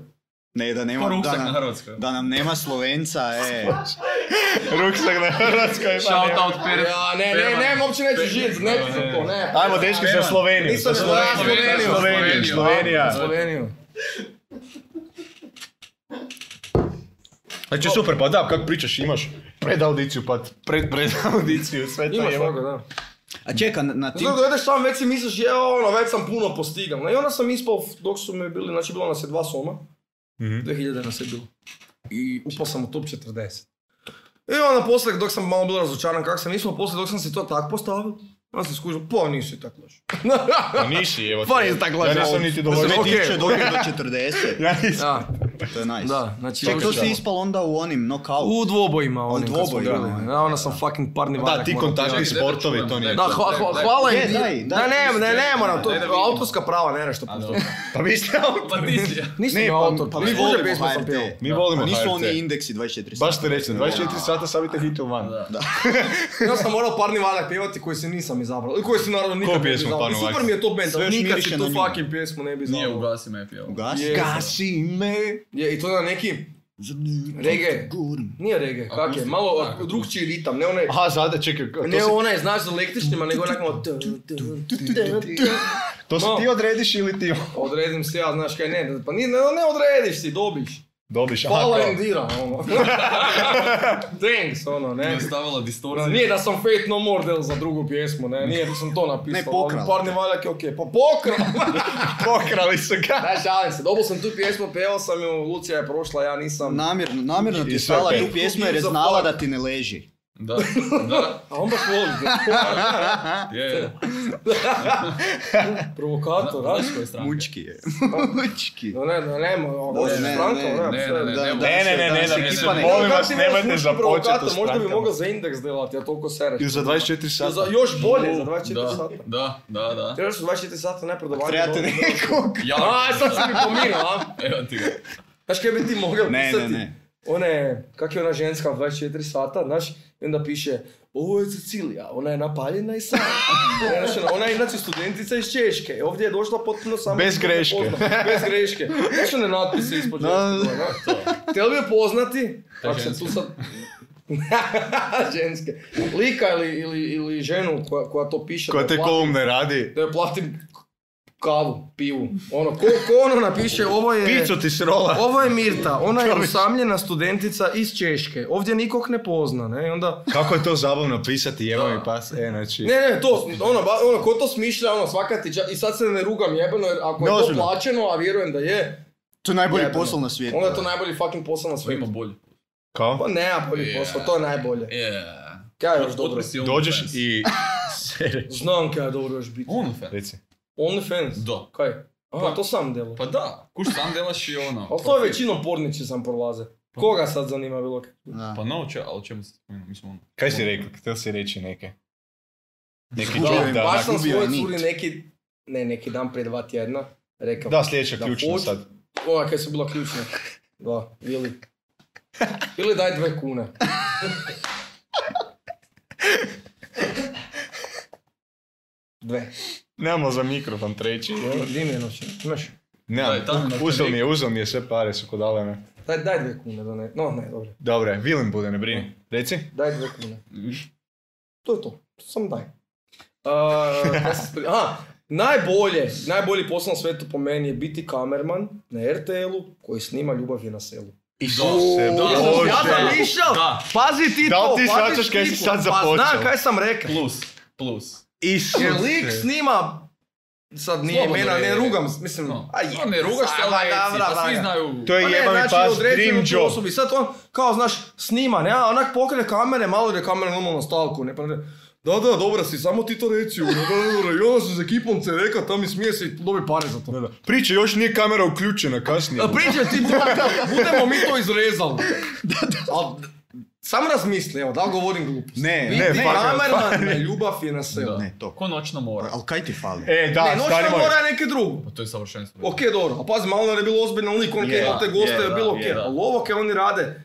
Ne, da Ko nema, da ruksak na nam, Hrvatskoj. da nam nema Slovenca, e. Ruksak na Hrvatskoj, pa Shout ne. out Perez. Ja, ne, ne, Pervan. ne, uopće neću živjeti, neću za to, ne. Ajmo, dečki, za Sloveniju. Nisam Za za Sloveniju, Sloveniju, Sloveniju, Sloveniju. Slovenija. Sloveniju. Znači super, pa da, kako pričaš, imaš pred audiciju, pa pred, pred audiciju, sve to Imaš je. toga, da. A čeka, na, na tim... Zato Pa da ideš sam, već si misliš, je ono, već sam puno postigao. No, I onda sam ispao, dok su me bili, znači bilo nas je dva soma, Mhm. 2000 nas je bilo. I upao sam u top 40. I onda poslije, dok sam malo bio razočaran kako sam ispao, poslije dok sam si to tak postavio, onda sam skužio, pa nisi tak loš. Pa nisi, evo. Pa ti. nisi tako Ja lažao. nisam niti dovoljno. Sve Ok. tiče dok je do 40, Ja nisam. da, to je nice. da, znači... Ček, to dok si sam- ispal onda u onim knockout. U dvobojima ono. onim kad smo dvobojima, igrali. ne. Ja, onda sam fucking parni valjak. Pa Da, ti moram kontaktni daj, daj, sportovi, čujem, to nije. daj, ono, Da, to. hva, hva, hvala Je, im. daj, Da, daj, ne, ne, ne moram, to daj da vidim. autorska prava, ne nešto pusto. Pa vi ste autor. Pa ti si ja. Nisam Ne, ja pa- autor, pa pa mi mi volimo volimo pjesmu sam pjevao. Mi volimo Pa nisu oni HRT. indeksi 24 sata. Baš te rečem, 24 sata savite hitu van. Ja sam morao parni valjak pjevati koji se nisam izabrao. I koji se naravno nikad ne bi pjesmu izabrao. Parni I Super valjak? mi je to band, Sve ali još nikad miriše si na tu nju. fucking pjesmu ne bi Nije izabrao. ugasi me pjeva. Ugasi. Je. Gasi me. Je, i to na neki, Reggae. Gurim. nije rege, kak je, Akustik. malo drugčiji ritam, ne onaj... Aha, sada, čekaj, to Ne si- onaj, znaš, za električnima, nego onak malo... to si no. ti odrediš ili ti Odredim se ja, znaš kaj, ne, pa ni, ne, ne odrediš si, dobiš. dobiš? Aha, Hvala kao. im dira, ono. Thanks, ono, Mi ne. je stavila distorziju. Nije da sam Fate No More del za drugu pjesmu, ne, nije da sam to napisao. Ne, pokrala. ali Parni valjak je okej, pa pokrala! *laughs* Pokrali su ga. Daj, šalim se, dobio sam tu pjesmu, pevao sam ju, Lucija je prošla, ja nisam... Namjerno, namjerno ti I je sve stala pet. tu pjesmu jer je Za znala fuck. da ti ne leži. Da, da, A on baš voli, je, je. provokator, a? Znaš koje stranke? Mučki je. *laughs* Mučki. No ne, ne, nema, ono, ovo Ne, je ne, stranka, ne, ne, ne, sve. ne, Ne, ne. ne, ne, ne, da danas mi ekipa se ne- boli. Molim Kako vas, ti možeš nemojte biti započeti u provokator, Možda bi strankama. mogao za indeks delati, ja toliko sereš. Ili za 24 Ja, *laughs* za- sata. Još bolje, za 24 sata. Da, da, da. Trebaš su 24 sata najprodavanje. Trebate nekog. Ja, A, sad si mi pominao, a? Evo ti ga. Znaš kaj bi ti mogao Ne, pisati? ne, ne. one, kak je ona ženska 24 sata, znaš, i onda piše, ovo je Cecilija, ona je napaljena i sama. *laughs* E, Znaš, ona- ona je inače studentica iz Češke, ovdje je došla potpuno sama. Bez greške. Bez greške. Znaš one natpise ispod Da. ženskog, ono? Htjeli bi je poznati, Ta ako se tu ženska. sad... *laughs* ženske. Lika ili, ili, ili ženu koja, koja to piše. da Koja je te platim- kolumne radi. Da joj platim kavu, pivu. Ono, ko, ko ono napiše, ovo je... Picu ti *laughs* srola. Ovo je Mirta, ona je usamljena studentica iz Češke. Ovdje nikog ne pozna, ne? I onda... Kako je to zabavno pisati, jeba mi pas. E, znači... Ne, ne, to, ono, ba- ono, ko to smišlja, ono, svaka ti ča- I sad se ne rugam jebeno, jer ako je to Neozbiljno. plaćeno, a vjerujem da je, To je najbolji Jebeno. posao na svijetu. onda je to najbolji fucking posao na Sve ima svijetu. bolje. Kao? Pa ne, a bolji Je. posao, to je najbolje. Yeah. Kaj je još dobro? Dođeš *laughs* i... Sere. Znam kaj je dobro još biti. OnlyFans. Reci. OnlyFans? Da. Kaj? Aha, Pa- to sam delo. Pa da, kuš sam delaš i ono. Ali to je profil. većinom porniči sam prolaze. Koga sad zanima bilo kaj? Da. Pa no, če, ali čemu se spomenuo, mislim ono. Kaj si rekao? Htio si reći neke? Neki Da, joke da... Baš onak- sam Ubio je svojoj nit. curi neki, ne, neki dan prije dva tjedna, rekao, Da, sljedeća Da ključna hoću- sad. Ova kaj su bila ključna. Da, ili... Ili daj dve kune. Dve. Nemamo za mikrofon treći. Gdje mi je novčanik? Imaš? Da, Nemam, i tamo je uzeo novčanik. mi je, uzeo mi je sve pare su kod Alena. Daj, daj dve kune da ne... No, ne, dobro. Dobre, Vilim bude, ne brini. Reci. Daj dve kune. To je to. Samo daj. Uh, kaj se spri- Aha, najbolje, najbolji posao na svetu po meni je biti kamerman na RTL-u koji snima Ljubav je na selu. Isuse Da, Jesam Bože. ja zamišljao? Da, Pazi ti Da li to, ti pazi shvaćaš kaj si sliku. sad započeo? Pa znam kaj sam rekao. plus, plus. Isuse. Jer lik snima... Sad nije Slobodno imena, ne je. rugam, s- mislim... No, a je, no ne rugaš se, sad, ali da, reci, da, pa svi da. znaju. To je Pa ne, jebani znači, pas, određenu dream tu job. osobu. I sad on, kao, znaš, snima, ne, a onak pokrene kamere, malo da je kamera normalno na stalku, ne, pa ne, da, da, dobra si, samo ti to reci, ono, da, dobro. I onda se s ekipom se reka, tam i smije se i dobi pare za to. Priče, još nije kamera uključena kasnije. A pričaj ti, da, da, budemo mi *laughs* to izrezali. Al, samo razmisli, evo, da li govorim glupost. Ne, Vidi, ne, fakat, kamerna ljubav je na selu. Pa Ne, to. Ko noćno mora. Ali kaj ti fali? E, da, Ne, stari noćna moj. mora je neke drugo. Pa to je savršenstvo. Ok, dobro, a pazi, malo je bilo ozbiljno lik, on Je, yeah, te goste, je, je da, bilo ok, je, da. ali ovo kaj oni rade,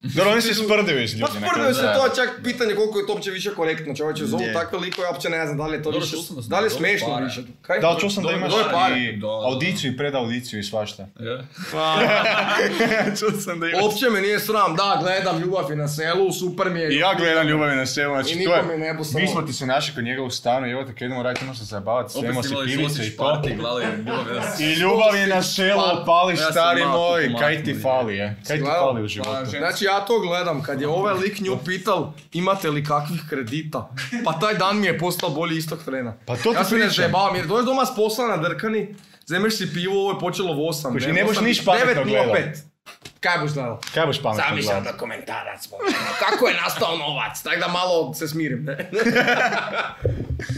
Dobro, oni se sprdaju s ljudi. pa na sprdaju se kraju. to, čak pitanje koliko je to uopće više korektno, čovječe, zovu Je. takve likove, ja uopće ne znam da li je to Dobro, više, čuo sam da su da li je dobili smiješno pare. više, kaj? Da, ali čuo sam da Dobro, imaš dobro, pare. i Da, da, da. audiciju i predaudiciju i svašta. Je. čuo sam da Uopće me nije sram, da, gledam ljubav je na selu, super mi je. I ja gledam ljubavi na selu, znači I to nikome je... ne bu Mi smo ti se našli kod njega u stanu i evo te kad idemo raditi, idemo se zabavati, Opet svemo ste se imali pivice Šosić i to. party, gledali, bilo bi nas- *laughs* I ljubav je na selu, Pa, pali ja sam stari malo moj, pomaknuo, kaj ti je. fali je? Kaj ti Gledam, fali u pa, životu? Znači ja to gledam, kad je ovaj lik nju pital imate li kakvih kredita, pa taj dan mi je postao bolji istog trena. Pa to ti ja se ne pričam. zajebavam, jer dođeš doma s posla na drkani, zemeš si pivo, ovo je počelo u 8. Kužiš, i ne, ne boš osam- niš pametno 9:05. gledao. Kaj boš gledao? Kaj boš pametno Zamišljam gledao? dokumentarac, ono, kako je nastao novac, tako da malo se smirim. Ne, *laughs*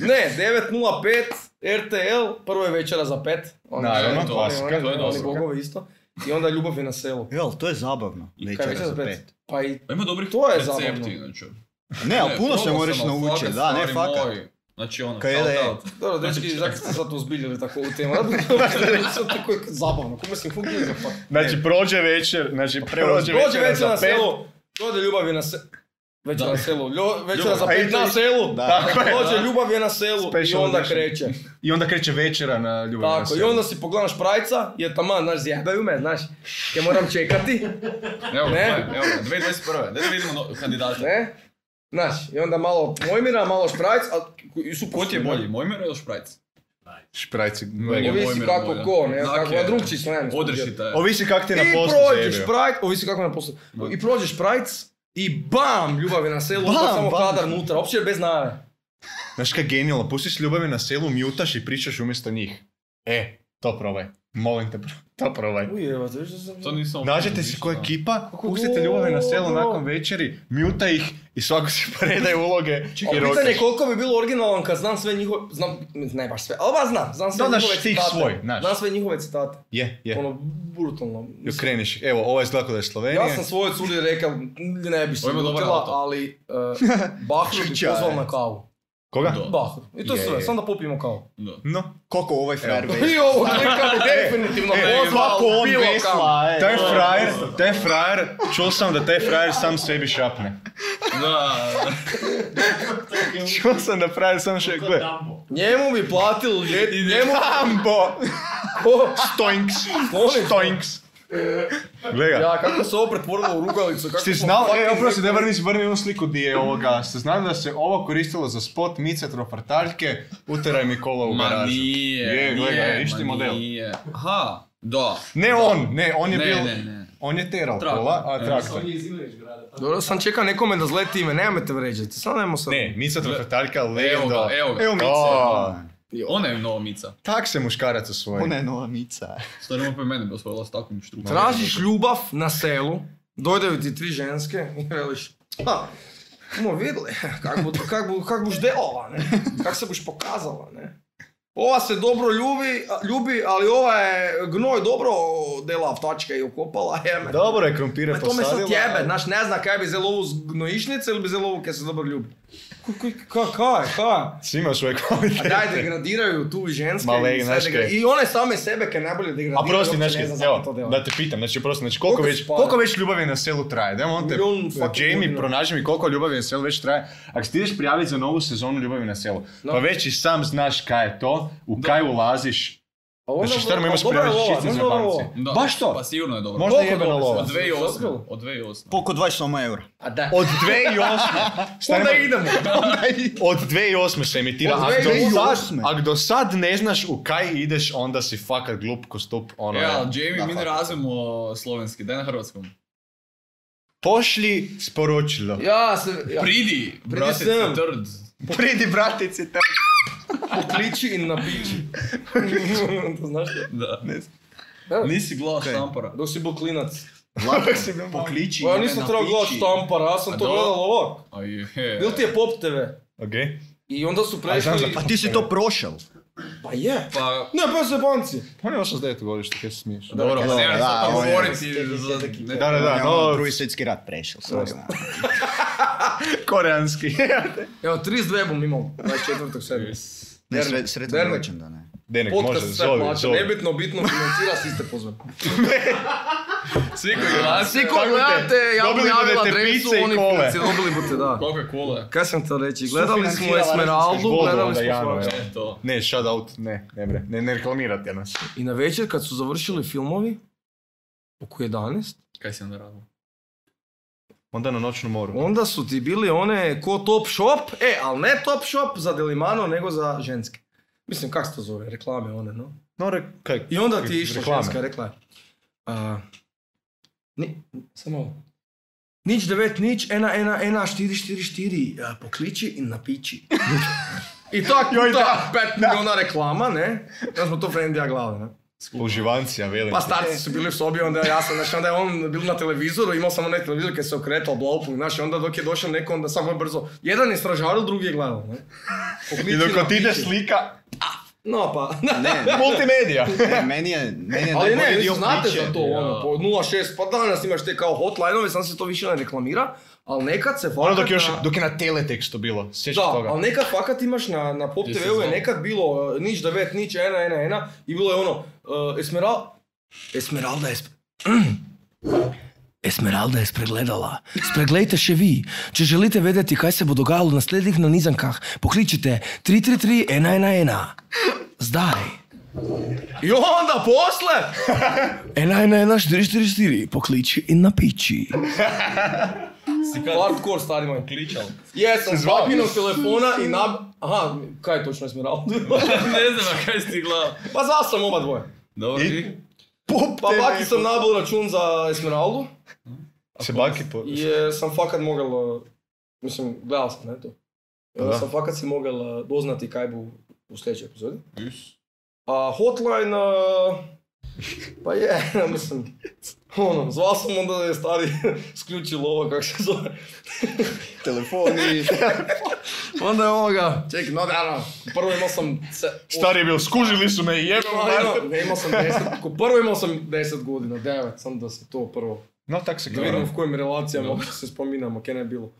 ne 9.05, RTL, prvo je večera za pet. Oni Naravno, žele to, klasika, oni- oni- to je oni klasika. bogovi isto. I onda ljubav je na selu. Jel, to je zabavno. I Večera za pet. Pa Pa i Pa Ima dobrih To je recepti, zabavno. znači. Ne, ali puno se probao moraš sam, ali naučiti. fakat, Da, ne, stari fakat. moj. Znači ono, Kaj je da je? shout out. znači, Dobro, Znači, dečki, zak ste sad uzbiljili tako ovu *laughs* temu. Zato tako je zabavno. Ko mislim, who gives a fuck? Znači, prođe večer, znači, prođe pa- Dođe večer večera za na pet. selu, dođe ljubav je na selu. Večera na selu, ljo- večera za Ljubav. pet A pa i to Pa na i- *laughs* selu. Tako je. Dođe ljubav je na selu i Special onda edition. kreće. I onda kreće večera na ljubavi na Tako, i selu. onda si pogledaš prajca, je taman, znaš, zjebaju me, znaš, ja moram čekati, znači, Evo, Ne? ne? evo, 2021. Daj da vidimo no, kandidata. ne? Znaš, i onda malo Mojmira, malo šprajc, a i su Ko ti je bolji, Mojmer ili Šprajc? Šprajci, je mega. bolje. Ovisi Mojmir kako bolje. ko, ne, Znak kako, je- a drugči su, ne, znam. Odrešita je. Ovisi kak ti je na I poslu prođeš zajebio. prajc, ovisi kako je na poslu. I prođeš prajc i bam, ljubav je na selu, Bam, odmah samo bam. hladar unutra, uopće je bez najave. Znaš kaj je genijalno, pustiš ljubavi na selu, mjutaš i pričaš umjesto njih. E, to probaj. Molim te, *laughs* pro- to probaj. Ujeva, to je što sam... To nisam... Nađete si koja ekipa, Kako pustite dobro. ljubavi na selu nakon večeri, mjuta ih i svako si *laughs* predaje uloge A i pitanje rokaš. je koliko bi bilo originalan kad znam sve njihove, znam, ne baš sve, ali ba znam, znam sve Da, znaš njihove stih citate. svoj, znaš. Znam sve njihove citate. Je, je. Ono, brutalno. I mislim. okreniš, evo, ovo je zlako da je Slovenija. Ja sam svojoj curi rekao, ne bi se Ovo ima dobar ljutila, auto. ali uh, Bahru bi Čučaj. pozvao na kavu. Koga? Do. Bahru. I to je Je, sve, je. samo da popijemo kavu. No. Koliko ovaj frajer već? I ovo klika bi definitivno E, pozvao, Ono, bilo kavu. Taj frajer, taj frajer, čuo sam da taj frajer sam sebi šapne. Da, Čuo sam da frajer sam še... Gle, Njemu bi platili *laughs* ljet, njemu Ambo! Ko? Stoinks! Molim? Stoinks! Gle ga. Ja, kako se ovo pretvorilo u rugalicu, kako Ti smo znao, fucking e, oprosti, da vrni, vrni onu sliku di je ovoga. Ste znali da se ovo koristilo za spot Mice Tropartaljke, uteraj mi kola u ma garažu. nije, Je, gle ga, nije, isti ma model. nije. Aha, da. Ne on, ne, on je Ne, bil... ne, ne. On je terao Traktor. kola, a traktor. Dobro, sam čekao nekome da zleti ime, nemojme te vređati, samo nemoj sad. Ne, Mica Tropartaljka, Evo legenda. ga, evo ga. Evo Mice. O. Ona je nova mica. Tak se muškarac Pa osvoji. Ona je nova mica. Stvarno opet mene bi osvojila s takvim štrukom. Tražiš ljubav na selu, dojdaju ti tri ženske i veliš, ha, mo vidjeli, kak, bu, kak, bu, kak buš delala, ne? kak se buš pokazala, ne? Ova se dobro ljubi, a- ljubi ali ova je gnoj dobro dela tačka i okopala, *laughs* jeme. Dobro je krompire Pa Ma to me posadila. sad jebe, znaš, ne zna kaj bi zelo ovu z gnojišnice ili bi zelo ovu kaj se dobro ljubi. Ko- ko- ka- Kaj, kaj? Svi imaš svoje A daj, kvalitete. degradiraju tu ženske Ma, leg, i, sve znaš degra- kaj. i one same sebe kaj najbolje degradiraju. A prosti, uopće znaš, ne kaj, zna zašto to evo, dela. da te pitam, znači prosti, znači koliko, Koliko već, spara? koliko već ljubavi na selu traje? Dajmo on te, Milijun fucking Jamie, godina. pronaži mi koliko ljubavi na selu već traje. Ako se ti ideš prijaviti za novu sezonu ljubavi na selu, Da. pa već i sam znaš kaj je to, u kaj ulaziš. A onda- Znači, šta a mi imaš dobra je prijaviti lova, čistim znaš, dobra je zabavici? lova. Da, Baš to? Pa sigurno je dobro. Možda Koliko jebena dobro se lova. Od vas- 2008. Od 2008. Koliko 28 *laughs* eura? A da. Od 2008. Stani, *laughs* Onda ma- idemo. Od 2008 se emitira. Od Ak do, sad, 2008. ak do sad ne znaš u kaj ideš, onda si fakat glup ko stup. Ono, E, ali Da, Jamie, mi ne fakat. razumemo slovenski, daj na hrvatskom. Pošli sporočilo. Ja se... Ja. Pridi, brate, sem. trd. Pridi bratici te. Pokliči i napiči. *laughs* to znaš to? Da. Ne znam. Evo, Nisi glas Kaj? štampara. Dok si bil klinac. Pokliči. Pa ja me nisam trebao napiči. gledati štampara, ja sam A to do- gledal ovak. A je. Bil ti je Pop TV. Ok? I onda su znam za prešli... A ti si to prošel. Pa je. Pa, Ne, pa se banci. On je 89 godište, kaj se smiješ? Dobro, dobro, pa dobro, ne, da, sad ovo je- govoriti za... ne, Da, da, da, Ja, ono, no, drugi svjetski rat prešel, sve znam. *laughs* koreanski. Evo, 32 bom imao, 24. sebi. Ne, Dernek, sre, sretan dernek. rođendan, ne. Denek, može, Podcast sve zove, plaća, zove. nebitno, bitno, financira, svi ste pozvani. Svi koji gledate- Svi koji Tako te, gledate, ja vam dobili javila budete adresu, pice i oni kole. financiraju, dobili budete, da. Koliko je kule? Kaj sam to reći, gledali smo Sufinancirala Esmeraldu, Vodu gledali onda smo Janu, svašta. evo. E, to. Ne, shout out, ne, ne bre, ne, ne reklamirate nas. I na večer kad su završili filmovi, oko 11, Kaj si onda radio? Onda na noćnu moru. onda su ti bili one ko Top Shop, e, ali ne Top Shop za Delimano, nego za ženske. Mislim, kak se to zove, reklame one, no? No, re, kaj, I onda ti je išla Reklame. ženska, rekla je. a, ni, samo Nič devet, nič, ena, ena, ena, štiri, štiri, štiri, a, pokliči in napiči. I to *laughs* je ta pet milijuna reklama, ne? Da smo to Frendija glave, ne? Uživancija, velim. E, Pa ti. starci su bili u sobi, onda ja sam, znači onda je on bil na televizoru, imao samo onaj televizor kad se okretao, blaupung, znaš, i onda dok je došao neko, onda samo je brzo, jedan je stražaril, drugi je gledao, *laughs* ne? Pokliči, I dok ti napiči. ide slika, No pa, *laughs* Ne, multimedija. ne, meni je, meni je Ali ne, najbolji vi dio znate priče. za to, ono, po 0.6, pa danas imaš te kao hotline-ove, sam se to više ne reklamira, ali nekad se Ono fakat... dok, je još, na- dok je na teletekstu bilo, sjećaš da, toga. ali nekad fakat imaš na, na Pop Gdje se TV-u je zna. nekad bilo e, nič 9, nič 1, 1, 1 i bilo je ono, uh, Esmeral... Esmeralda je... sp- *clears throat* Esmeralda je spregledala. Spreglejte še vi. Če želite vedeti, kaj se bo dogajalo v naslednjih nanizankah, pokličite 333-111. Zdaj. I onda *laughs* posle! 111444, pokliči in napiči. Si kaj Hardcore, stari moj. kličal? Jesam, Se zvao? zvakinuo telefona i nab... Aha, kaj je točno Esmeralda? *laughs* *laughs* ne znam, a kaj si ti gledao? pa zvao sam oba dvoje. Dobro, I- ti? Pop, Pa te baki neko. sam nabil račun za Esmeraldu Se baki po... i eh, sam fakat mogel, eh, mislim, gledao sam, ne to. Eh, Da. Sam fakat si mogel eh, doznati kaj bo u sljedećoj epizodi. Is. A hotline, eh, pa je, *laughs* mislim, ono, zvao sam onda je stari *laughs* sključilo ovo, kak se zove. *laughs* Telefoni. Onda je ovoga, čekaj, no da, no, prvo imao sam... Se, Stari je bio, skužili su me i jebam mater. Ajno, ne, imao sam 10, ko prvo imao sam 10 godina, 9, sam da se to prvo, No, tak se da gleda. vidimo v kojim relacijama Da. uopće se spominamo, kaj ne je bilo.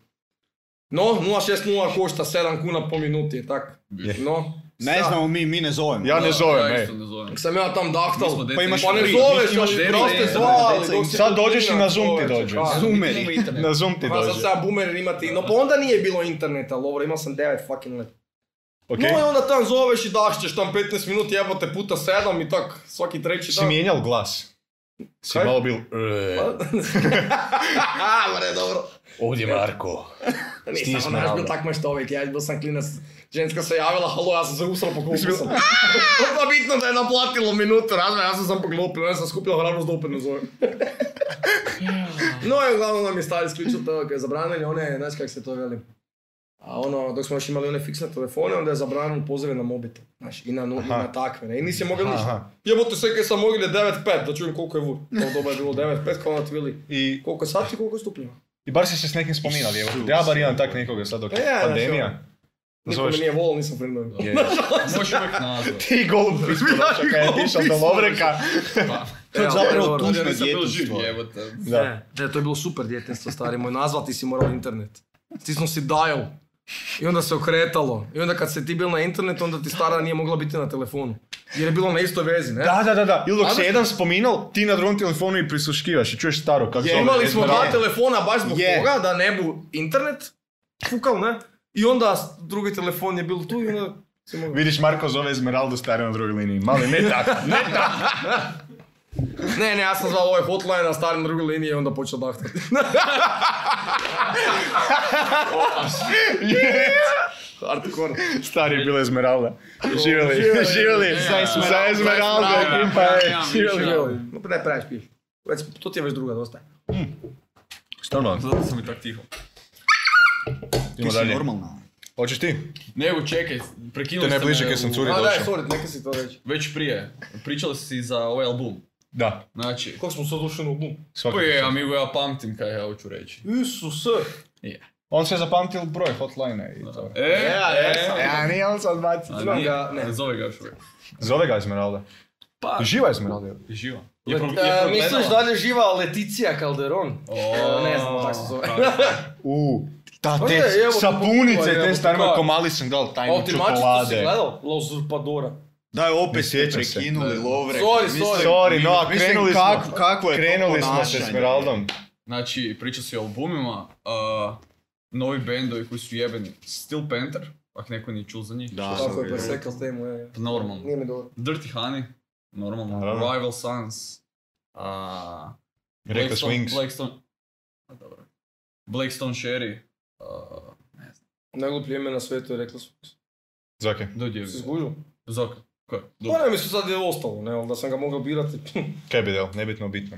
No, 0,60 košta 7 kuna po minuti, je tak. Je. No, Ne sad, znamo mi, mi ne zovemo. Ja ne zovem, Ja ej. isto ne zovem. sam ja tam Mi smo dahtal. deca. Pa imaš Pa ne tri, zoveš, imaš ali deca, bro ste deca, zvali. deca, dok i si sad dođeš klinac, i na Zoom ti čoveče, dođeš. pa. Zoomeri. Nema interneta. Na Zoom ti Pa sad dođe. sam ja boomer imati, no pa onda nije bilo interneta, Lovro, imao sam 9 fucking let. Ok? No i onda tam zoveš i dašćeš tam 15 minut jebote puta 7 i tak svaki treći Si dan. mijenjal glas. Si Kaj? malo bil... "E, *laughs* A, bre, dobro. Ovdje Marko. Nisam, Stisni ono, ja navrat. bil tak maštovik, ja bil sam klinac, ženska se javila, halo, ja sam se usrao, poklopio sam. *laughs* Pa bitno da je naplatilo minutu, razme, ja sam sam poklopio, ja sam skupljao hrabrost da opet ne zovem. no i uglavnom nam je stari isključio to, kad je zabranili one, znaš kak se to veli. A ono, dok smo još imali one fiksne telefone, onda je zabranili pozive na mobitel, znaš, i na, no- i Aha. na takve, ne, i nisi mogel ništa. Aha. Jebote, sve kaj sam mogli je 9.5, da čujem koliko je vur. To doba je bilo 9.5, kao ono ti veli, I, koliko je sati, koliko je stupnjeva. I bar si se s nekim spominali, evo. Ja bar imam tak nekoga sad dok E, je ja, pandemija. Niko me Zoveš- nije volio, nisam friendovim. Je. Možeš *laughs* uvijek nazvat. Ti golub piskovača kad je tišao do Lovreka. Pa. To je zapravo dobro, tužno Ja nisam bio živ, djetinstvo. evo te. Da. Ne, ne, to je bilo super djetinstvo, stari moj. Nazvati si morao internet. Stisnuo si dial. I onda se okretalo. I onda kad se ti bil na internetu, onda ti stara nije mogla biti na telefonu. Jer je bilo na istoj vezi, ne? Da, da, da, da. Ili dok A se da- jedan spominal, ti na drugom telefonu i prisluškivaš i čuješ staro kako Jer zove. imali smo dva Esmeralda. telefona baš zbog Je. toga, da ne bu internet. Fukal, ne? I onda s- drugi telefon je bil tu i onda... si mogao- Vidiš, Marko zove Esmeraldu stare na drugoj liniji. Mali, ne tako, ne *laughs* tako. Ne, ne, ja sam zvao ovaj hotline, a stari na drugoj liniji je onda počeo dahtati. Hardcore. Stari je bila Esmeralda. Živjeli, Živjeli. živjeli. Za Esmeraldu. Za Esmeraldu, Za Esmeraldu. ekipa je. Ja, ja, Živjeli, više. živjeli. No, pa ne praviš piš. Već, to ti je već druga dosta. Stvarno, Zato sam i tak tiho. idemo Ti si dalje. normalna. Hoćeš ti? Nego, čekaj, prekinuo Te sam najbliže me kaj sam u- curi. A daj, došao. sorry, neka si to reći. Već prije, pričali si za ovaj album. Da, Znači, Kako smo sad ušli u bum? svakako. koji je, amigo, ja pamtim kaj ja hoću reći. Isuse! Je. On se je zapamtil broj hotline i to. E, e, Ja, nije on sad baci. A znam nije- ga, ne. ne zove ga još uvijek. Zove ga Esmeralda. Pa, Živa Esmeralda. živa. Let- pro- e, progledala? misliš da li je živa Leticija Calderon? E, O, pa, ne znam kako se zove. *laughs* U, ta Oj, te evo, sapunice, evo, te starme evo, komali sam dal tajnu A ti mačku si čokolade. gledal? La Usurpadora. Daj, opet ste sjećam se. prekinuli Lovre. Sorry, Mislim- sorry. Sorry, no, a mislim, krenuli smo. kak- kakvo je to Krenuli smo s ponašanje? Esmeraldom. Znači, priča se o albumima, a, novi bendovi koji su jebeni. Steel Panther, ako neko nije čul za njih. Da. Što- Tako Tako je je presekao presekao temu, je. Pa Normalno. Nije mi dobro. Dirty Honey, normalno. Naravno. Rival Sons. a, Reckless Blackstone- Wings. Blackstone... A, dobro. Blackstone Sherry. a, ne znam. Najgluplje ime na svetu je rekla su. Zake. Dođe. Si izgužio? Zok. Ko je? Dobro. Pa ne, mislim sad je ostalo, ne, ali da sam ga mogao birati. Kaj bi del, nebitno bitno.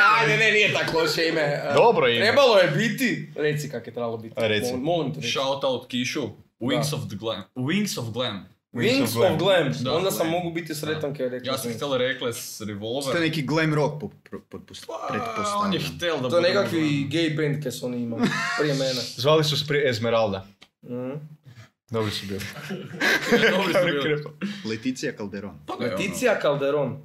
A, E, ne, ne, nije tako loše ime. E, Dobro ime. Trebalo je biti. Reci kak je trebalo biti. A, reci. Molim, molim te. Reci. Shout out Kishu. Wings of the Glam. Wings of Glam. Wings of Glam. Da, Onda sam Glam. mogu biti sretan kad je rekla. Ja sam htjela Reckless Ste Revolver. neki glam rock po- pro- podpust- Pa, on je pretpostavljam. htjel da To je bude nekakvi gay band kaj su oni *laughs* imali prije mene. Zvali su se prije Esmeralda. Mhm. Dobri su bili. Dobri *laughs* su bili. Leticija Calderon. Pa ne, ono. Leticija Calderon.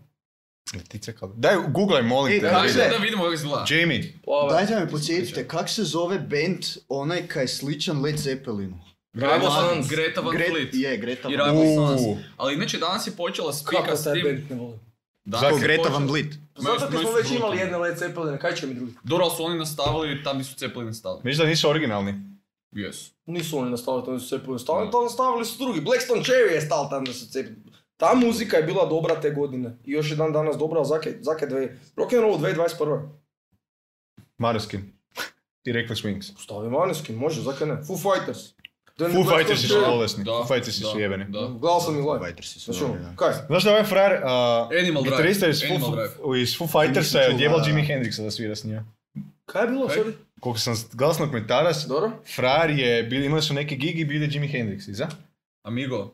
Letice kao... Daj, googlaj, molim Ej, te. daj, Ajde, Ajde. da vidimo kako izgleda. Jamie. Plava. Dajte me podsjetite, kak se zove band onaj kaj je sličan Led Zeppelinu? Greta Van, Sons. Greta Van Gre- Fleet. Je, Greta I Van Rival Uuu. Sons. Ali inače danas je počela spika Kako s taj tim. band ne volim. Danas Ko je Greta počela- Van Vliet. Moji- Zato kad moji smo su već brutalni. imali jedne Led Zeppelin, kaj će mi drugi? Dobro, ali su oni nastavili, tam su cepljeni stali. Viš da nisu originalni? Yes. Nisu oni nastavili, to nisu Zeppelin stavili, to nastavili su drugi. Blackstone Cherry je stal tam da su cepili. Ta muzika je bila dobra te godine. I još je dan danas dobra, ali zake, zake dve... Rock'n'roll 2021. Mareskin. I Reckless Wings. Stavi Maneskin, može, zake ne. Foo Fighters. Then Foo Black Fighters su Stone Cherry. bolesni. Foo Fighters da, su jebeni. Da. Gledao sam i live. Fighters su Znači ono, dobri, da. kaj? Znaš da je ovaj frajer, Animal uh, Drive. gitarista iz Animal Foo, Drive. iz Foo Fightersa Nisam je čuo, odjeval da, da. Jimi Hendrixa da svira s njima. Kaj je bilo, Kaj? sorry? Koliko sam gledao sam dokumentarac, Dobro? frajer je, bili, imali su neke gigi, bili je Jimi Hendrix iza. Amigo.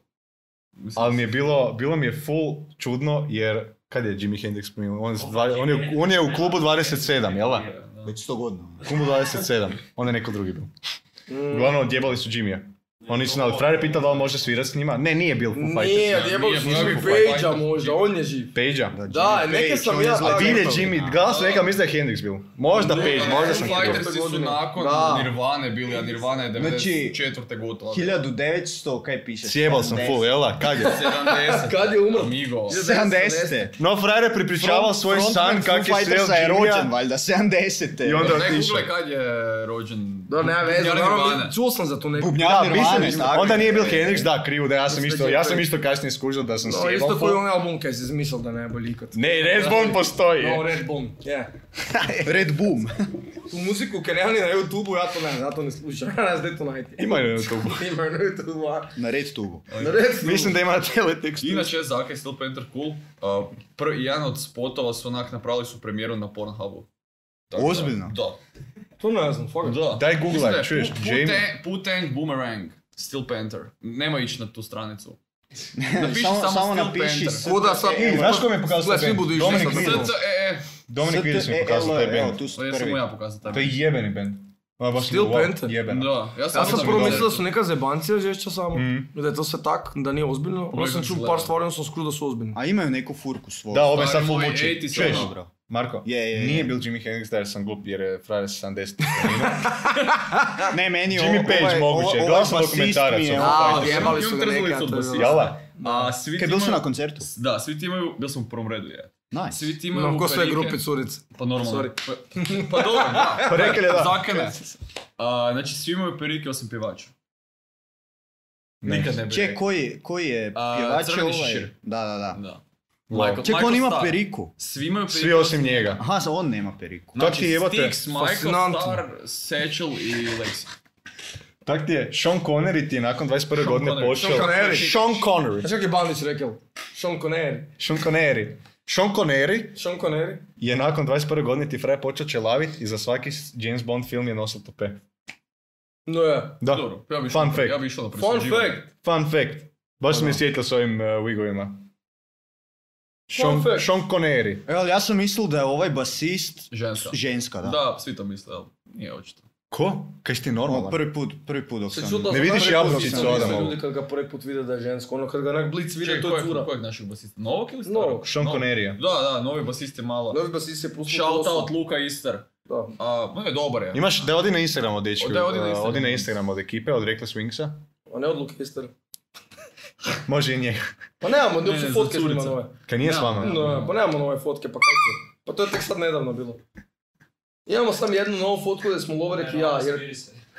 Mislim, Ali mi je bilo, bilo mi je full čudno jer, kad je Jimi Hendrix primio? On, je s dva- on, je, on je u klubu 27, jel da? Već sto godina. U klubu 27, onda je neko drugi bio. Mm, Uglavnom odjebali su Jimmy-a. Oni su znali, frajer je pitao da li može svirat s njima. Ne, nije bil Foo Fighters. Nije, odjebali Nije su Foo Jimmy Fighters. Page-a možda, on je živ. Page-a. Da, neke Page, sam on je ja... zlatni. A di je tako- Jimmy? Gledao sam neka, mislim da je Hendrix bil. Možda Page, možda sam Foo krivo. Fightersi su Godine. nakon Da. Nirvane bili, a Nirvana je Znači, 94. gotova. 1900, kaj piše? Sjebal sam full, jel da? Kad je? 70. Kad je umro? Amigo. 70. No, frajer je pripričaval svoj san kak je sreo je rođen, Jimmy-a. valjda, 70. I onda Ne, otišao. google kad je rođen. Da, nema veze, Ja naravno, Nirvana. čuo sam za tu neku. Bubnjar Da, Nirvane, mislim, tako onda je. nije bil Hendrix, da, krivo, da ja sam Mislim da isto, je ja to- sam isto kasnije skužio da sam No, sjebal isto koji full. onaj album kaj si izmislil da ne bolji ikad. Ne, Redbone postoji. No, Red Bone, je. Red Boom. Tu muziku kaj nema ni na YouTube-u, ja to ne, ja to ne slušam. *laughs* Nas detonajte. Ima je na *laughs* YouTube. Ima na YouTube-u, a... Na Red Tubu. Na Red Bone. Mislim da ima na teletekstu. Inače, Zaka je Steel Panther cool. Uh, prvi, jedan od spotova su onak napravili su premijeru na Pornhubu. Tako da- Ozbiljno? Da. To ne znam, fuck. Da. Daj googlaj, Mislim da je čuješ, Pu- Jamie. Putang- Putang Boomerang, Steel Panther. Nema ići na tu stranicu. Napiši Samo- samo, samo Steel napiši Panther. Kuda sad... I, znaš ko mi je pokazao Gle, taj svi band? budu išli Dominic sad na Wilson. SC, e, e. Dominic Wilson mi je pokazao taj STEL, e, evo, band. tu su To je prvi. samo ja pokazao taj To je band. jebeni band. Ono baš Steel mi je wow, Panther? Jebena. Da, ja sam, Ja sam mislio prvo da- mislio da su neka zebancija žešća samo, i da je to sve tak, da nije ozbiljno. Onda sam Pogledaj čuo se par lepo. stvari, onda sam skruo da su ozbiljni. A imaju neku furku svoju. Da, ovo je sad Stari full moj, muči. 80s Čuješ? ono. Dobro. Marko, Je, je, je. nije bil Jimi Hendrix da jer sam glup jer je frajer sa 70. *laughs* Ne, meni je Jimmy ovo- Page ovaj- moguće, ovaj- ovaj gledao sam basist mi je, dokumentarac, ovaj- ono. A, Fighters. odjebali su ga Imam neka, trzalicu to je od bilo. Jela? A, svi ti Kaj, bil si imaju- na koncertu? Da, svi ti imaju, bio sam u prvom redu, je. Nice. Svi ti imaju Imam ko sve luperike. grupe curice. Pa normalno. Sorry. Pa, pa dobro, da. *laughs* Pa rekli je da. Zakane. A, znači, svi imaju perike osim pjevača. Ne. Nikad ne bi Če, rekao. koji, koji je A, pjevač je Crveni ovaj? šešir. Da, da, da. Da. Wow. Michael- Ček, on Michael ima Starr. periku. Svi imaju Znači, Svi osim njega. Aha, za- on nema periku. Tak ti jebate. Styx, Michael Fascinantno. Starr, Satchel i Lexi. Tak ti je, Sean Connery ti je nakon 21. godine Connery. počeo... Sean Connery. Sean Connery. Znaš kak je Bandić rekao? Sean Connery. Sean Connery. Sean Connery Sean Connery? je nakon 21. godine ti frajer počeo čelavit i za svaki James Bond film je nosil tope. No ja. Da, Dobro, ja bi išao, fun na- fact. ja bi išao na Fun presuđivanje. fact! Fun fact. Baš sam mi sjetio s ovim uh, wigovima. e, Sean, fact. Sean Connery. Evo, ja sam mislil da je ovaj basist Ženska. ženska, da. Da, svi to misle, ali nije očito. Ko? Kaj si ti Ono, normalan? prvi put, prvi put dok Se sam... čudilo Ne sam vidiš prvi put jabučicu sam mislio. Adamovu? Ljudi kad ga prvi put vide da je žensko, ono kad ga onak blic vide, Čekaj, to je kojeg, cura. kojeg našeg basista? Novog ili Novog. starog? Sean Novog. Connery. Da, da, novi basist je malo. Novi basist je pustio Shout kosu. out Luka Ister. Da. A, no je dobar je. Imaš, da odi na Instagram od dečki. Da, odi na uh, Instagram. Odi na Instagram od ekipe, od Reckless Wingsa. A ne odluke ister. Može i njega. Pa nemamo, ne, Ne, ne, za fotke snima curica. nove. Kaj nije Da. s vama? No, pa nemamo nove fotke, pa kaj ti? Pa to je tek sad nedavno bilo. Imamo sam jednu novu fotku gdje smo Lovrek i ja, jer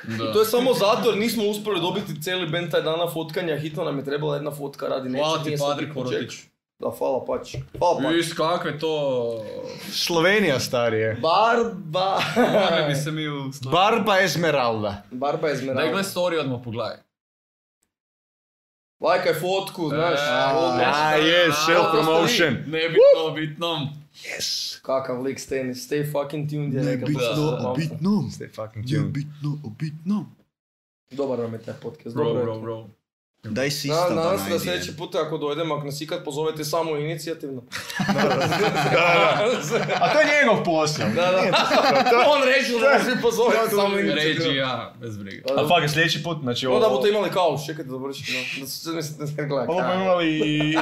Da. to je samo zato jer nismo uspjeli dobiti cijeli band taj dana fotkanja, hitno nam je trebala jedna fotka radi nečeg, Hvala ti nije sad Padre bitno, ček. Korotić. Da, hvala pač. Hvala pač. Is, kakve to... Slovenija, starije. Barba. Kakve bi se mi u... Barba Esmeralda. *laughs* Barba je zmerala. Daj gle story odmah pogledaj. Lajkaj fotku, znaš. E, odmah. A, yes, self-promotion. Nebitno, bitno. Kakav lik, stay, stay fucking tuned je rekao. Nebitno, Da. o bitnom. Stay fucking tuned. Nebitno, o bitnom. Dobar vam je taj podcast, Bro, dobro je bro, to. bro. Daj pa Na, sista da nadam se da najde. sljedeći put ako dojdem, ako nas ikad pozovete *laughs* samo inicijativno. Da, da. A to je njegov posao. Da, da. *laughs* On reći da nas vi pozovete samo inicijativno. Ređija, bez briga. A fuck, sljedeći put, znači ovo... Onda budete imali kauč, čekajte da vrši, no. Da se ne se ne gleda. Ovo bomo imali i...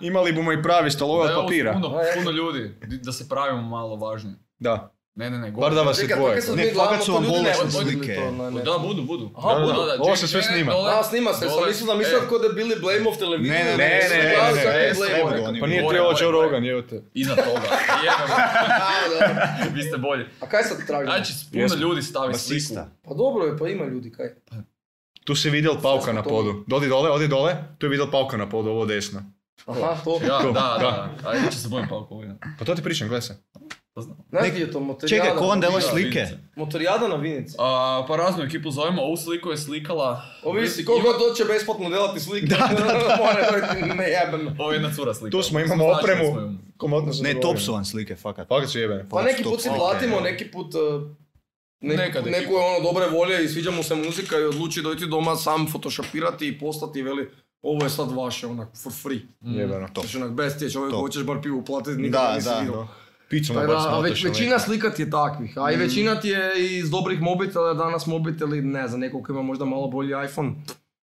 Imali bomo i pravi stolove Da je od ovo papira. Puno, puno ljudi, di- da se pravimo malo važni. Da. Ne, ne, ne, Bar da vas je Pa Čekaj, dvoje. fakat sad Ne, mi gledamo, fakat su to vam ljudi ne bolesne odbili slike. to, ne, ne. Da, budu, budu. Aha, Da, da, budu. da. Ovo se čekaj, sve ne, snima. dole- A, snima se, sam dole- mislio da e, mišljam kod je Billy Blame-ov televiziji. Ne, Ne, ne, ne, ne, Gledao sam ne, kod ne, je e, Blame-ov. sve budu oni Pa nije Gore, trebao gore, Joe gore. Rogan, evo te. Iza *laughs* toga, jebem, Da, da. vi ste bolji. A kaj sad tražimo? Znači, puno Jesmo. ljudi stavi sliku. Basista. Pa dobro je, pa ima ljudi, kaj. Tu si vidjel pauka na to. podu. Dodi dole, odi dole. Tu je vidjel pauka na podu, ovo desno. Aha, to. Ja, To, da, da, da. da. Ajde, će se bojim pa oko Pa to ti pričam, gledaj se. Znaš gdje je to motorijada? Čekaj, ko vam delao na Vinici? slike? Motorijada na Vinici. A, pa raznu ekipu zovemo, ovu sliku je slikala... Ovisi, koliko god će besplatno delati slike. Da, *laughs* da, da. ne jebeno. Ovo je jedna cura slika. Znači, Tu smo, imamo opremu. Komotno su Ne, dovoljne. top su vam slike, fakat. Fakat su jebene. Pa neki top put si slike. platimo, neki put... eh, Nek, Nekad je neko je ono dobre volje i sviđa mu se muzika i odluči dojti doma sam fotošopirati i postati i veli ovo je sad vaše, onak, for free. Mm. Jebeno. To. Znači, onak, bez tije čovjek, To. hoćeš bar pivu platiti, Da, nikada nisi da, vidio. da. Picu na Tako da, bac a Pa već, motaš na većina slika ti je takvih, a i Mm. većina ti je iz dobrih mobitela, danas mobiteli, ne znam, neko ko ima možda malo bolji iPhone,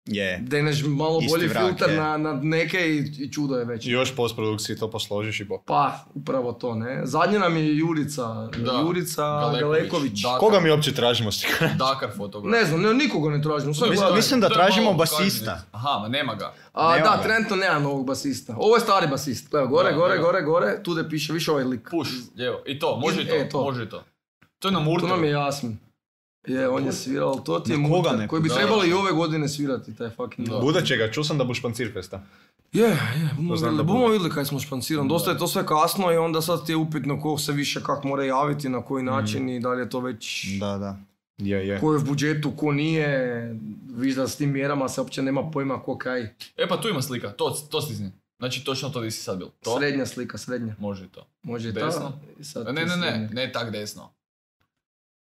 Je. deneš malo Isti bolji vrak, filter je. na, na neke i, i čudo je već. I još postprodukciji to posložiš i bok. Pa, upravo to, ne. Zadnje nam je Jurica, Da. Jurica Galeković. Galeković. Dakar, Koga mi uopće tražimo slika? Dakar fotograf. Ne znam, ne, nikoga ne tražimo, sve Mislim- gledam. mislim da to je tražimo malo basista. kažnjiv. Aha, ma nema ga. A, nema da, ga. trenutno nema novog basista. Ovo je stari basist, gledaj, gore, Da, gore, da. gore, gore, tu da piše više ovaj lik. Puš, evo, i to, može i to, E, to. može i to. To je na To Murtu. nam je jasmin. Je, on je svirao, ali to ti je Na koga muter ne- koji bi da. trebalo i ove godine svirati, taj fucking Da. Buda će ga, čuo sam da buš pancirfesta. Je, je, budemo znam vidjeli, da budemo bude. vidjeli kaj smo španciran. Dosta je to sve kasno i onda sad ti je upitno ko se više kak mora javiti, na koji način i da li je to već... Da, da. Je, je. Ko je v budžetu, ko nije, viš da s tim mjerama se uopće nema pojma ko kaj. E pa tu ima slika, to, to stizni. Znači točno to di si sad bil. To? Srednja slika, srednja. Može i to. Može i ta. Desno? i sad Ne, ne, tu ne, ne, srednja. ne tak desno.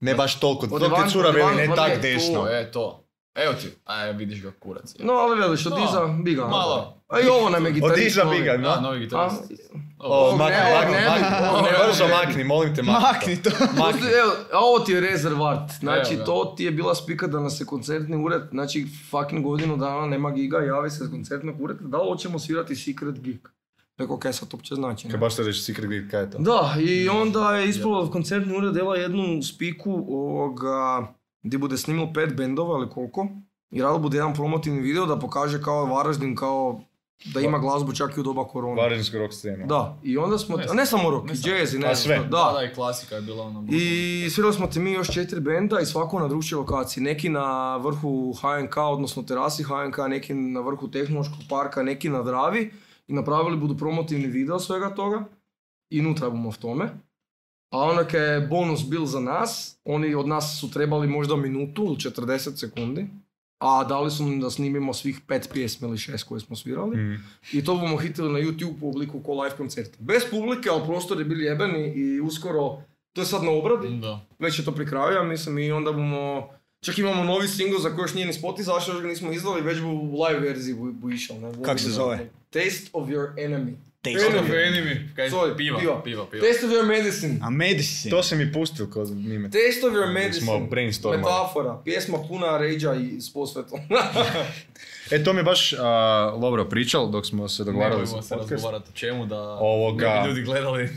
Ne baš toliko, to Od ti van- cura od van veli, ne vrne tak tu, Tu, desno. e, to. Evo ti, a vidiš ga kurac. No, ali veliš, od No, iza biga. malo. A i ovo nam je gitarist. Od iza novi. biga, A, no. novi A, gitarist. O, Ovog makni, ne, ovog makni, ne bi- makni. ovog ne bi- Brzo makni, molim te makni. Makni to. *laughs* Makni. Pusti, evo, a ovo ti je rezervat. Znači, Evo ga. to ti je bila spika da nas je koncertni ured, znači, fucking godinu dana nema giga, javi se s koncertnog ureda, da li hoćemo svirati Secret Gig. Rekao, kaj sad uopće znači? ne? Kaj baš te reći Secret Grid, kaj je to? Da, i onda je ispalo koncertni ured dela jednu spiku ovoga, gdje bude snimilo pet bendova ili koliko, i radilo bude jedan promotivni video da pokaže kao Varaždin, kao da ima glazbu čak i u doba korona. Varaždinsku rock scenu. Da, i onda smo, Ne a ne samo rock, ne i samo. jazz i ne Pa znam sve. šta, Da, da, i klasika je bila ono. i svirali smo ti mi još četiri benda i svako na drugčoj lokaciji. Neki na vrhu HNK, odnosno terasi HNK, neki na vrhu tehnološkog parka, neki na Dravi. I napravili budu promotivni video svega toga. I nutra bomo v tome. A onak je bonus bil za nas. Oni od nas su trebali možda minutu ili 40 sekundi. A dali su nam da snimimo svih pet pjesmi ili šest koje smo svirali. Mm. I to bomo hitili na YouTube u obliku ko live koncerta. Bez publike, ali prostor je bili jebeni i uskoro, to je sad na obradi, Da. već je to pri kraju, ja mislim, i onda bomo... Čak imamo novi single za koji još nije ni spot izašao, još ga nismo izdali, već bu u live verziji bu, bu išao. Ne? Kak se zove? Taste of your enemy. Taste of Enemy. Enemy. Kaj, Sorry, piva, piva. piva, piva, piva. Taste of your medicine. A medicine. To si mi pustil kod njime. Taste of your Mi medicine. smo brainstormali. Metafora. Pjesma puna ređa i s posvetom. *laughs* E, to mi je baš a, Lovro pričal dok smo se dogovarali za Nemojmo se podcast. razgovarati o čemu da Ovoga. ne bi ljudi gledali.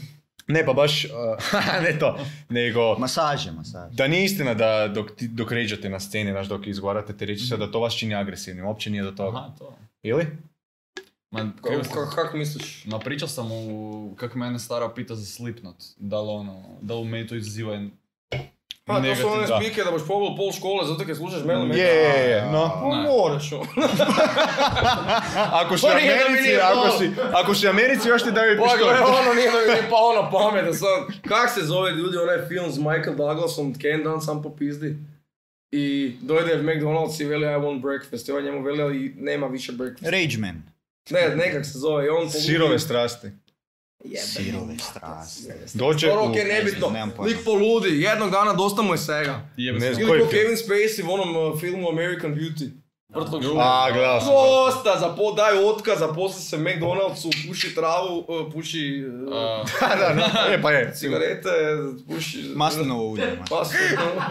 Ne, pa baš, a, *laughs* ne to, nego Masaže, masaže. da nije istina da dok, ti- dok ređate na sceni, znaš, dok izgovarate te riječi, sad da to vas čini agresivnim, uopće nije do toga. Mhm. Aha, to. Ili? Ma, krivo sam. Kako kak misliš? Ma pričao sam u, kak mene stara pita za Slipknot, da li ono, da li u meni to izaziva Pa to su Negativ, one da. spike da boš pobol pol škole zato kaj slušaš Melon Je, je, je, no. Pa moraš ono. Ako si u Pa nije da mi Americi, nije ako to. si, ako si u Americi, još ti daju i Pa gle, pištolj. ono nije da mi je pao na pamet. da Sad, kak se zove ljudi onaj film s Michael Douglasom, Ken Dan sam popizdi. I dojde u McDonald's i veli I want breakfast. I on njemu veli i nema više breakfast. Rage man. Ne, nekak se zove. I on pogodi- Sirove strasti. Jebe. Sirove strasti. Dođe Ono u... okej, nebitno. nemam pojma. Lik poludi, jednog dana dosta mu je svega. Ne jebe se. znam. Ili Koji ko film? Kevin Spacey u onom uh, filmu American Beauty. Vrtlog žuga. A, gledao sam. Dosta, za po, daj otkaz, zaposli se McDonald'su, puši travu, uh, puši uh, A, *laughs* Da, da, da. E, pa je. cigarete, puši... Maslinovo ulje. ma. Maslinovo.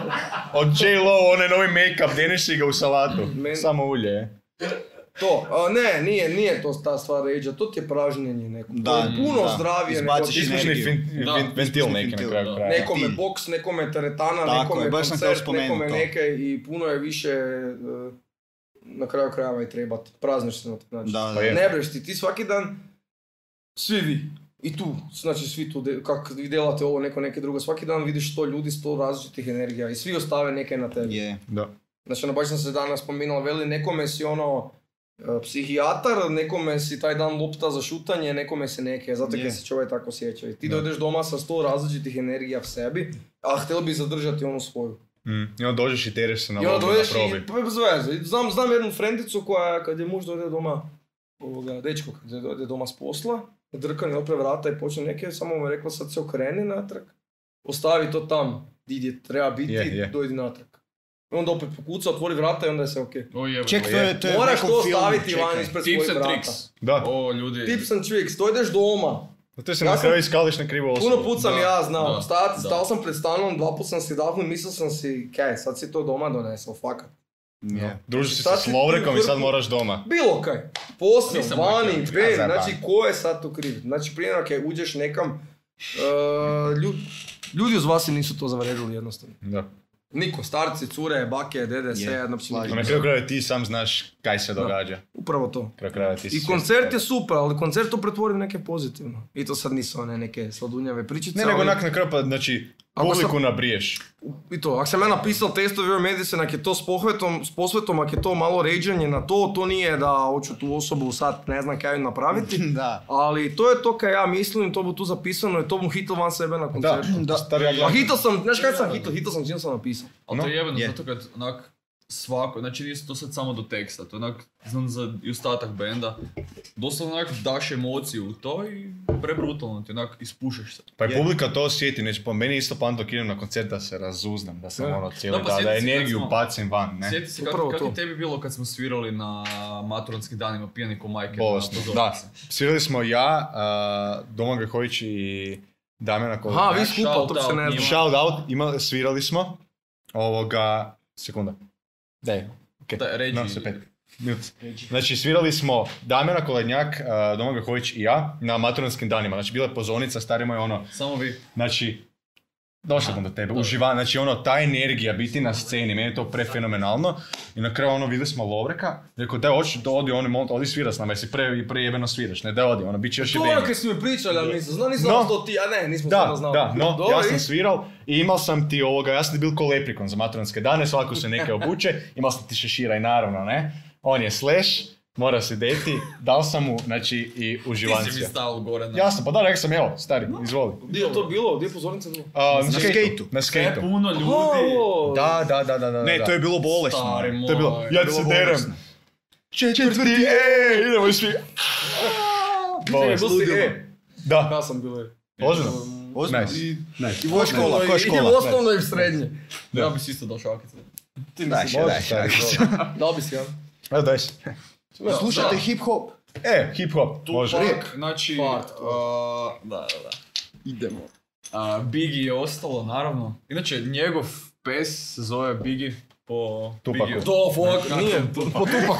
Od J-Lo, onaj novi make-up, deneši ga u salatu. Men- Samo ulje, e. je. to, a, ne, nije, nije to ta stvar ređa, to ti je pražnjenje neko. Da, to je puno da. zdravije Izbaciš nego ti- Ispušni Energiju. fin- Da, vin- ventil ispušni neki na ventil, kraju da. kraja. Neko- Nekome Ti. boks, nekome teretana, Tako nekome je, baš sam htio koncert, spomenut nekome to. neke i puno je više eh, na kraju krajeva i trebat. Prazniš se na taj način. Da, Pa da. je. Ne breš ti, ti svaki dan, svi vi, i tu, znači svi tu, de- kak vi delate ovo, neko neke drugo, svaki dan vidiš sto ljudi, sto različitih energija i svi ostave neke na tebi. Je. Da. Znači, ono, baš sam se danas spominala, veli, nekome si ono, e, psihijatar, nekome si taj dan lopta za šutanje, nekome si neke, zato Je. kaj se čovjek tako sjeća. I ti Da. dođeš doma sa sto različitih energija v sebi, a htjel bi zadržati onu svoju. Mm. I onda dođeš i tereš se na I onda lovu na dođeš probi. i pa bez veze. I Znam, znam jednu frendicu koja, kad je muž dojde doma, ovoga, dečko, kad je dojde doma s posla, drka ne opre vrata i počne neke, samo mu je rekla sad se okreni natrag, ostavi to tam, di je treba biti, Je, je. dojdi natrag. I onda opet pokuca, otvori vrata i onda je sve okej. o jebe. Ček, to je, to je u Moraš nekom to filmu, staviti van čekaj. ispred Tips svojih and vrata. tricks. Da. O, ljudi. Tips and tricks, to ideš doma. Zato se Ja na sam- kraju iskališ na krivu osobu. Puno put sam da, ja znao. da, Stajati- da. stao sam pred stanom, dva put sam si dahnul i mislio sam si, kaj, sad si to doma donesao, fakat. Je. Družiš se Sad s si Lovrekom ti i u sad vrhu. moraš doma. Bilo kaj. Posao, Nisam vani, rekao. ben, Ja zajebam. znači ko je sad tu kriv? Znači prije nego kaj uđeš nekam, e, lju- ljudi uz vas se nisu to zavredili jednostavno. Da. Niko, starci, cure, bake, dede, sve Je, jedno uopće nije No, Pa bitno. slažem na kraju krajeva ti sam znaš kaj se događa. Na Upravo to. kraju krajeva ti si I svjestan koncert toga. je super, ali koncert to pretvori u neke pozitivno. I to sad nisu one neke sladunjave pričice. Ne, nego ali- onak na kraju pa, znači, Ako sam- publiku nabriješ. I to, ako sam ja napisao test of your medicine, ako je to s pohvetom, s posvetom, ako je to malo ređanje na to, to nije da hoću tu osobu sad ne znam kaj napraviti. *laughs* Da. Ali to je to kaj ja mislim, to bu tu zapisano i to bu hitao van sebe na Da, koncertu. da. Stari, ja Pa gledam- hitao sam, znaš kaj sam hitao? Hitao sam čim sam napisao. Ali to je jebeno, je. zato kad onak svako, znači nisu to sad samo do teksta, to je onak, znam za i ostatak benda, doslovno onak daš emociju u to i prebrutalno ti onak ispušeš se. Pa i Je. publika to osjeti, neće pa meni je isto panto idem na koncert da se razuznam, da sam Da. ono cijeli Da, pa dan, da sjeti se kad energiju smo- bacim van, ne? Sjeti se kako Upravo kak to. je tebi bilo kad smo svirali na maturonskim danima pijani ko majke. na Bolesno, da. pozornici? Svirali smo ja, a, Doman Grehović i Damjana Kovač. Aha, vi skupa, shout to bi se out ne njima. znam. Shout out, ima, svirali smo, ovoga, sekunda, daj, okej, Da, ređi. no, sve pet. Minut. Znači, svirali smo Damjana Kolednjak, a, Doman Grehović i ja na maturonskim danima. Znači, bila je pozornica, starima je ono, Samo vi. Znači, došao sam do tebe, dobro. uživa, znači ono, ta energija biti na sceni, meni je to prefenomenalno. I na kraju ono, vidjeli smo Lovreka, rekao, daj, oči, da odi, on je mol- odi svira s nama, jesi pre, prejebeno sviraš, ne, daj, odi, ono, bit će još To jebenije. ono kaj si mi pričali, ali nisam znao, nisam No. znao to ti, a ne, nismo stvarno Da, znali. da, no, Dobro, ja sam i- sviral i imao sam ti ovoga, ja sam bil ko leprikon za maturanske dane, svako se neke obuče, imao sam ti šešira i naravno, ne, on je slash, mora se deti, dao sam mu, znači, i Ti si mi uživancija. stao gore na... Jasno, pa da, rekao sam, evo, stari, izvoli. Gdje je to bilo? Gdje je pozornica bilo? A, Na skateu, skateu. Na skateu. Puno ljudi. Ovo- Da, da, da, da, da. Ne, da. to je bilo bolesno. Stari moj. To je bilo, ja ti bilo se bolesno. derem. Četvrti, e, idemo i svi. Čekaj, Bolest. bilo si- e, Da, Ja sam e. bilo je. ozbiljno. Ozbiljno. Nice. I- I u škola, koja škola? I u osnovnoj i u srednje. Da. Ja bi si isto došao akice. Daj, še, Može, daj, *laughs* še, stari, daj. dobro. Da bi si ja. Evo, daj se. Slušajte hip hop. E, hip hop, može. Tupac, znači, a, da, da, da. Idemo. A, Biggie je ostalo, naravno. Inače, njegov pes se zove Biggie po Tupacu. Biggiju. To, fuck, nije. Tupacu.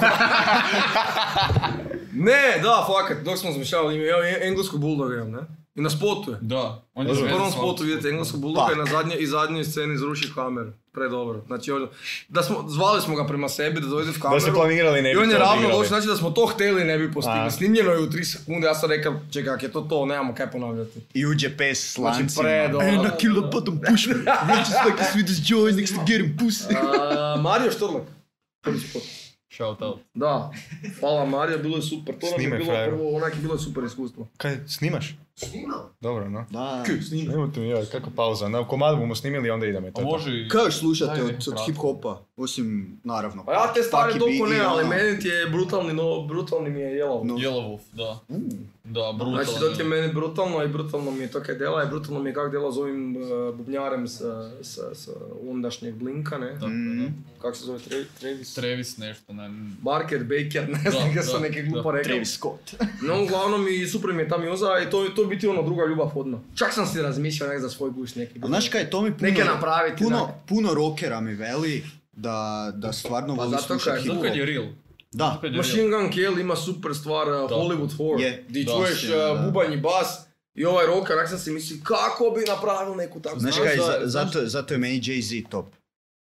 Ne, da, fakat, dok smo zamišljali ime, evo, en- englesku buldoga imam, ne? I na spotu je. Da, on je U zvezda prvom s spotu Alpskom. vidite engleskog bulldoga i Fuck. Pa. na zadnje, i zadnjoj sceni izruši kameru. Predobro. Znači, ovdje, da smo, zvali smo ga prema sebi da dojde u kameru. Da ste planirali ne I bi on je to ravno odigrali. došao, znači da smo to htjeli ne bi postigli. A. Snimljeno je u 3 sekunde, ja sam rekao, čekaj, ako je to to, nemamo kaj ponavljati. I uđe pes s Znači, lancima. predobro. E, And I kill the bottom *laughs* push me. Reaches like the sweetest joy next to get him pussy. *laughs* A, Mario Štorlak. Prvi spot. Shout out. Da, hvala Marija, bilo je super. To nam je Snimaj, bilo frajeru. prvo, onak je bilo super iskustvo. Kaj, snimaš? Snimam. Dobro, no. Da. Snimaj. Nemojte mi joj, kakva pauza. Na komad bomo snimili, onda idemo i to. A je to. može i... Kaj još slušate od, od kratko. hip hopa? Osim, naravno. Pa ja te stvari Taki toliko bi i ne, ali ono. meni ti je brutalni, no, brutalni mi je jelo. No. Yellow Wolf, da. Da, brutalno. Znači, to ti je meni brutalno i brutalno mi je to kaj dela i brutalno mi je kak dela s ovim eh, bubnjarem s, s, s ondašnjeg Blinka, ne? Tako, da. Kak se zove, Tre- Travis? Travis nešto, ne... Barker, Baker, ne Da, znam da, kaj sam neke glupo rekao. Travis *laughs* Scott. No, uglavnom i super mi je ta mjuza i to, to je biti ono druga ljubav odmah. Čak sam si razmišljao nek za svoj guš neki. A znaš kaj, to mi puno... Neke napraviti, Puno, da. puno rockera mi veli da, da stvarno Pa voli zato slušati kaj, hip Zato hop. kad je real. Da. Zato kad je real. Machine Gun Kelly ima super stvar eh, Hollywood Horror. Je, Di da, čuješ sjajno, eh, da. bubanj i bas i ovaj rocker, onak sam si misli kako bi napravio neku takvu Znaš kaj, za- zato, zato je meni Jay-Z top.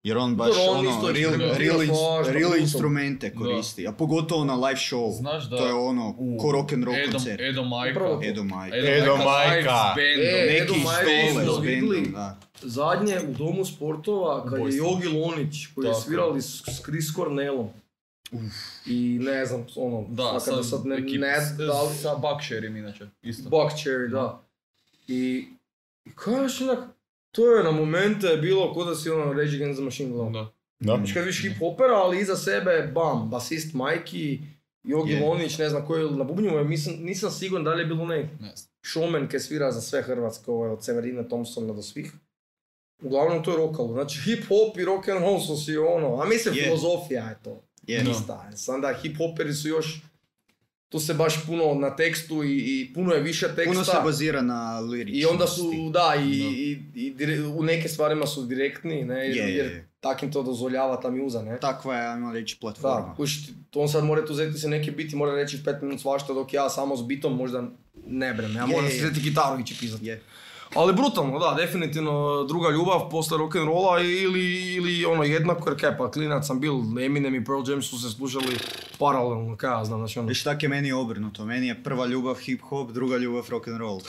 Jer on baš Dobro, on isto ono, je real, isto- real, ins- baš, da, real brutalno. instrumente koristi. A pogotovo na live show. Znaš da- To je ono, U, ko rock'n'roll Edom, koncert. Edom Majka. Upravo to. Edo Mike. Edo Majka. s bandom. E, Edo Neki Majka stole isto s vidjeli. bendom, da. Zadnje u domu sportova kad je Ubojstvo. Jogi Lonić koji je Tako. svirali s, s Chris Cornellom. I ne znam, ono, Da, fakat sa, da sad ne, ekipa- ne s- da li, sa Bucksherim inače, isto. Buck Cherry, da. I, i kaj još onak, to je na momente bilo ko da si ono Rage Against the Machine gledao. Da. Da? Znači kad vidiš hip hopera, ali iza sebe, bam, basist Majki, Jogi Je. Lonić, ne znam koji je na bubnju, jer mislim, nisam siguran da li je bilo onaj Ne znam. showman koji svira za sve Hrvatske, ovaj, od Severine Thompsona do svih. Uglavnom to je rokalo, znači hip hop i rock and roll su si ono, a mislim Je. filozofija je to. Je. No. Ista, je. sam da hip hoperi su još, tu se baš puno na tekstu i, i puno je više teksta. Puno se bazira na liričnosti. I onda su, da, i, Da. i, i dire- u neke stvarima su direktni, ne, jer, Je, je, jer je. takim to dozvoljava ta mjuza, ne. Takva je, ajmo reći, Da, platforma. kuš, on sad mora tu uzeti se neki biti, mora reći 5 minut svašta dok ja samo s bitom možda ne brem, ja Je, moram je, si je. uzeti gitaru i će pisati. Je. Ali brutalno, da, definitivno druga ljubav posle rock'n'rolla ili, ili ono jednako, jer kaj pa klinac sam bil, Eminem i Pearl Jam su se slušali paralelno, kaj ja znam, znači ono. Viš tak je meni obrnuto, meni je prva ljubav hip hop, druga ljubav rock and roll.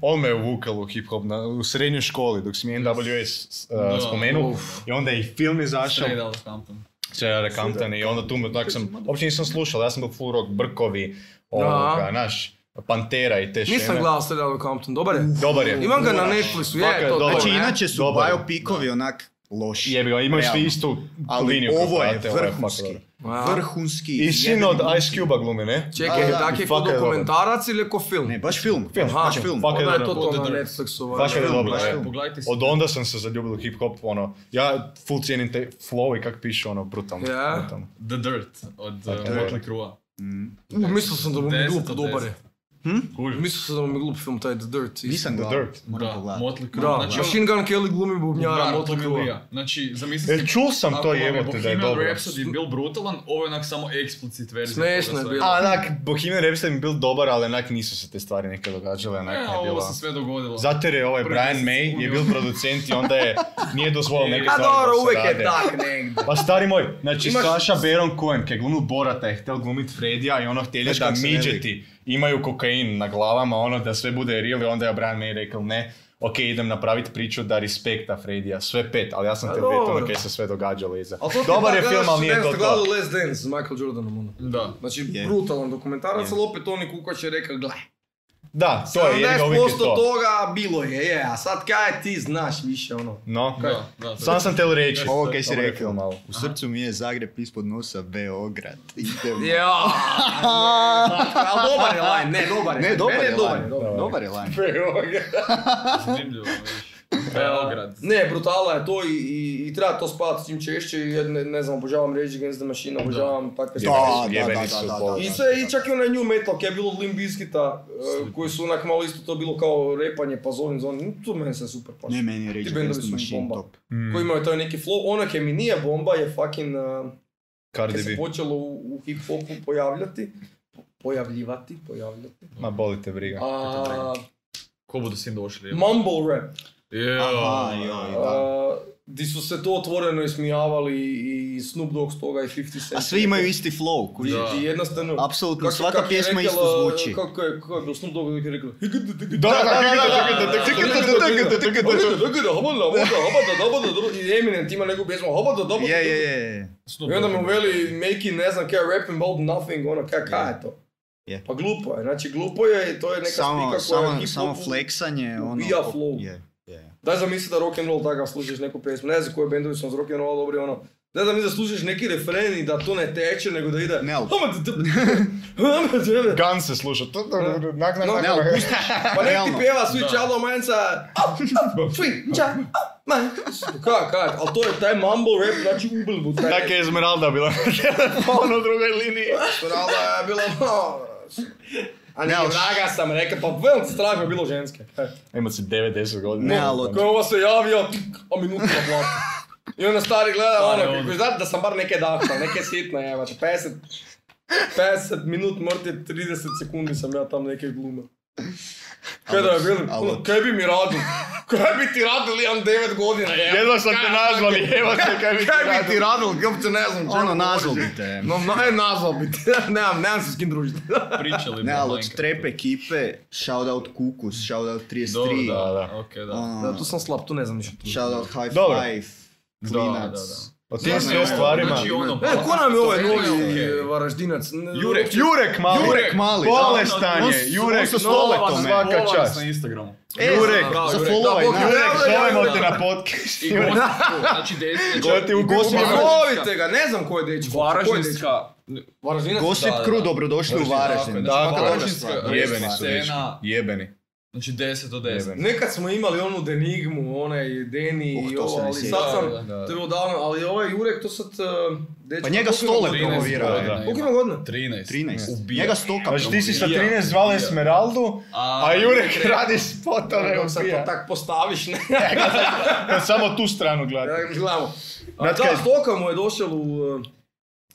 On me je uvukal u hip-hop na, u srednjoj školi dok si mi NWS s- uh, Da. spomenuo. I onda je i film izašao, Straight Outta Compton. Čerare Compton i onda tu me tak sam, uopće nisam slušao, ja sam bio full rock, Brkovi, ovoga, naš, Pantera i te šeme. Nisam gledao Straight Outta Compton, dobar je. Dobar je. Imam ga na Netflixu, Fakat je, to dobar. to, Znači ne? inače su Dobar je. biopikovi onak loši. Jebi ga, imaš ti Realno. istu Ali liniju. koju ovo je prate, ovo fakat vrhunski. dobro. A. vrhunski. I sin jebeni od glumci. Ice Cube-a glumi, ne? Da, Čekaj, da, tak je i ko fuck je dobar. dokumentarac ili ko film? Ne, baš film. Film, baš film. Fakat Onda je to dobro. to na Potter. Netflixu. ovaj. Fakat je dobro, Pogledajte- je. Pogledajte si. Od onda sam se zaljubil u hip-hop, ono, ja full cijenim te flow i kak piše, ono, brutalno. Ja. brutalno. The Dirt od uh, Tako je. Motley Crue. U, Mislio sam da mu je 10 od glup, dobar je. 10. Kužiš? Mislio sam da mu je glup film taj The Dirt. isto. Nisam The gledao, Dirt. moram Da, pogledati. Motley Crue. Da, Znači, Machine Gun Kelly glumi ono, bubnjara, Motley Motley Crue. Crue. Znači, zamisli E, si- čul sam ako to vam je jebote da je Bohemian dobro. Rhapsody bil brutalan, ovo je onak samo explicit verzija. Smiješno toga je svega. bilo. A, onak, Bohemian Rhapsody mi je bil dobar, ali onak nisu se te stvari neke događale, onak E, je ovo bilo. se sve dogodilo. Zato jer je ovaj Prvi Brian mjesec May je unio. bio producent i onda je, nije dozvolio neke A Pa stvari dobro, da E, se uvijek je rade. tak negdje. Pa stari moj, znači Imaš- Saša Baron Cohen, kaj je glumio Borata, je htio glumit Fredija i ono htjeli Znaš da kak se ne midgeti imaju kokain na glavama, ono da sve bude real i onda je Brian May rekao ne, ok, idem napraviti priču da respekta Fredija, sve pet, ali ja sam te dobro. vidjeti ono kaj se sve događalo iza. Al to ti Dobar pa je film, gledaš, ali nije ne to znam, gledao to. Last Dance s Michael Jordanom ono. Da. Znači, Je. brutalan dokumentarac, Je. ali opet oni kukač je rekao, gle, Da, to je, jer ga uvijek je 70% to. toga bilo je, je, a sad kaj ti znaš više, *laughs* ono. No, Da, da. sam sam teo reći. Ovo kaj si Dobar je rekao, film, *laughs* ali- u srcu mi je Zagreb ispod nosa, Beograd. Idemo. Ja, ali dobar je line, ne, dobar je. Ne, dobar Meni je dobar line. dobar. Dobar je line. Zanimljivo, vidiš. Beograd. Ne, brutala je to i, i, i treba to spavati s tim češće i ne, ne znam, obožavam Rage Against the Machine, obožavam takve Da, stvari. da, da, Jebeni su da, da, po- da. I sve, i čak i onaj new metal koji je bilo od Limp Bizkita, e, koji su onak malo isto to bilo kao repanje, pa zovem zvonim, to meni se super paša. Ne, meni je Ti Rage bendovi Against the su mi Machine bomba. top. Mm. Koji imaju taj neki flow, ono kaj mi nije bomba je fucking, uh, Cardi kad se B. počelo u, u hip-hopu pojavljati, pojavljivati, pojavljati, Ma boli te briga. a, Ko budu s tim došli? mumble rap, Jeo. Aha, joj, da. a, di su se to otvoreno ismijavali i Snoop Dogg s toga i 50 Cent. A svi imaju isti flow, kuži. Da. I jednostavno, Apsolutno, Kako- svaka kako je pjesma rekla- isto zvuči. Kako je, kako je bilo Snoop Dogg je rekao, Da, da, i Eminem ima neku pjesmu, hobada, dobro. Je, je, je. I onda mu veli Meki, ne znam kaj, rap about nothing, ono, kaj, kaj je to? Je. Pa glupo je, znači glupo je i to je neka Samo, spika koja samo, hip-hopu- samo fleksanje, ono... ubija flow. Je, je. Daj zamisli da rock and roll takav slušaš neku pjesmu, ne znam koje bendovi su s rock and roll dobri, ono. Daj zamisli da slušaš neki refren i da to ne teče, nego da ide... Ne, ali- *laughs* Ne, Gun se sluša. To- to- Nak, nak, No, nak, Ne, nak. ali pusti, Pa nek ti Realno. pjeva svi čalo manca, svi čalo manca. Ka, ka, ali to je taj mumble rap, znači ubilbu. Taj Nak je Esmeralda bila na telefonu u drugoj liniji. Esmeralda je bila malo... A ne, Ne, ali- vraga sam rekao, pa velim ti strah me bilo ženske. E, Ima se 9-10 godina. Ne, ali- Ko je ova se javio, tik, a minutu na blatu. I onda stari gleda, Stari ono, on. kako znate da sam bar neke dahtal, neke sitne, evo, 50... 50 minut morate 30 sekundi sam ja tam neke glume. Kaj da je bilo? ali- Ono, Kaj bi mi radil? Kaj bi ti radil, imam 9 godina, evo. Jedva sam te nazvali, evo te Pa kaj bi ti Kaj bi ti radio. radil, kako te ne znam čemu Ono, nazval govoriš. bi te. No, no, je nazval bi te, *laughs* nemam, nemam se s kim družiti. *laughs* Pričali Ne, bi ali malenke. od trep ekipe, shoutout Kukus, shoutout Dobro, 33, da, da. da. Okej, da. ono, Da, tu sam slab, tu ne znam ništa. shoutout High Dobro. Five, Da, da, Klinac. da. O Ne, tim ne, sve ovo, stvarima. Znači ono, E, ko nam je ovaj Stvarno novi je okej. Varaždinac? Ne, Jurek. Jurek mali. Jurek mali, da. Bolestan On je. s- on Jurek sa s stoletom, stoletom e. svaka Volan čast. na Instagramu. E, Jurek, za- za Jurek, followaj, da, Bog na- Jurek. Jurek, Evo, zovemo evo, te evo. na podcast. *laughs* I gost, znači desni. Čo ti u gosti- gostima? Zovite ga, ne znam ko je dečko. Varaždinska. Varaždinac? Gossip Da, da, Crew, da. E, dobrodošli u Varaždin. Tako je, Svaka znači, dobra Varaždinska stvar. Jebeni su Scena. dečki. Jebeni. Znači 10 do 10. Jebeni. Nekad smo imali onu denigmu, onaj Deni Uh, i to se ovo, ne ali sjećam. sad sam, da, Da, da. to je bilo davno, ali ovaj Jurek to sad... eh, dečko, Pa njega koliko ima stole godina? 13 promovira. godina da. ima. Koliko ima godina? 13. 13. Ubija. Njega stoka Znači ti si sa Ubija. 13 zvala Esmeraldu, a Jurek Jurek- radi spotove Kako sad to ubija. tak postaviš, ne? Samo tu stranu gleda. Ja gledamo. A, Znate Da, kaj- Stoka mu je došel u eh,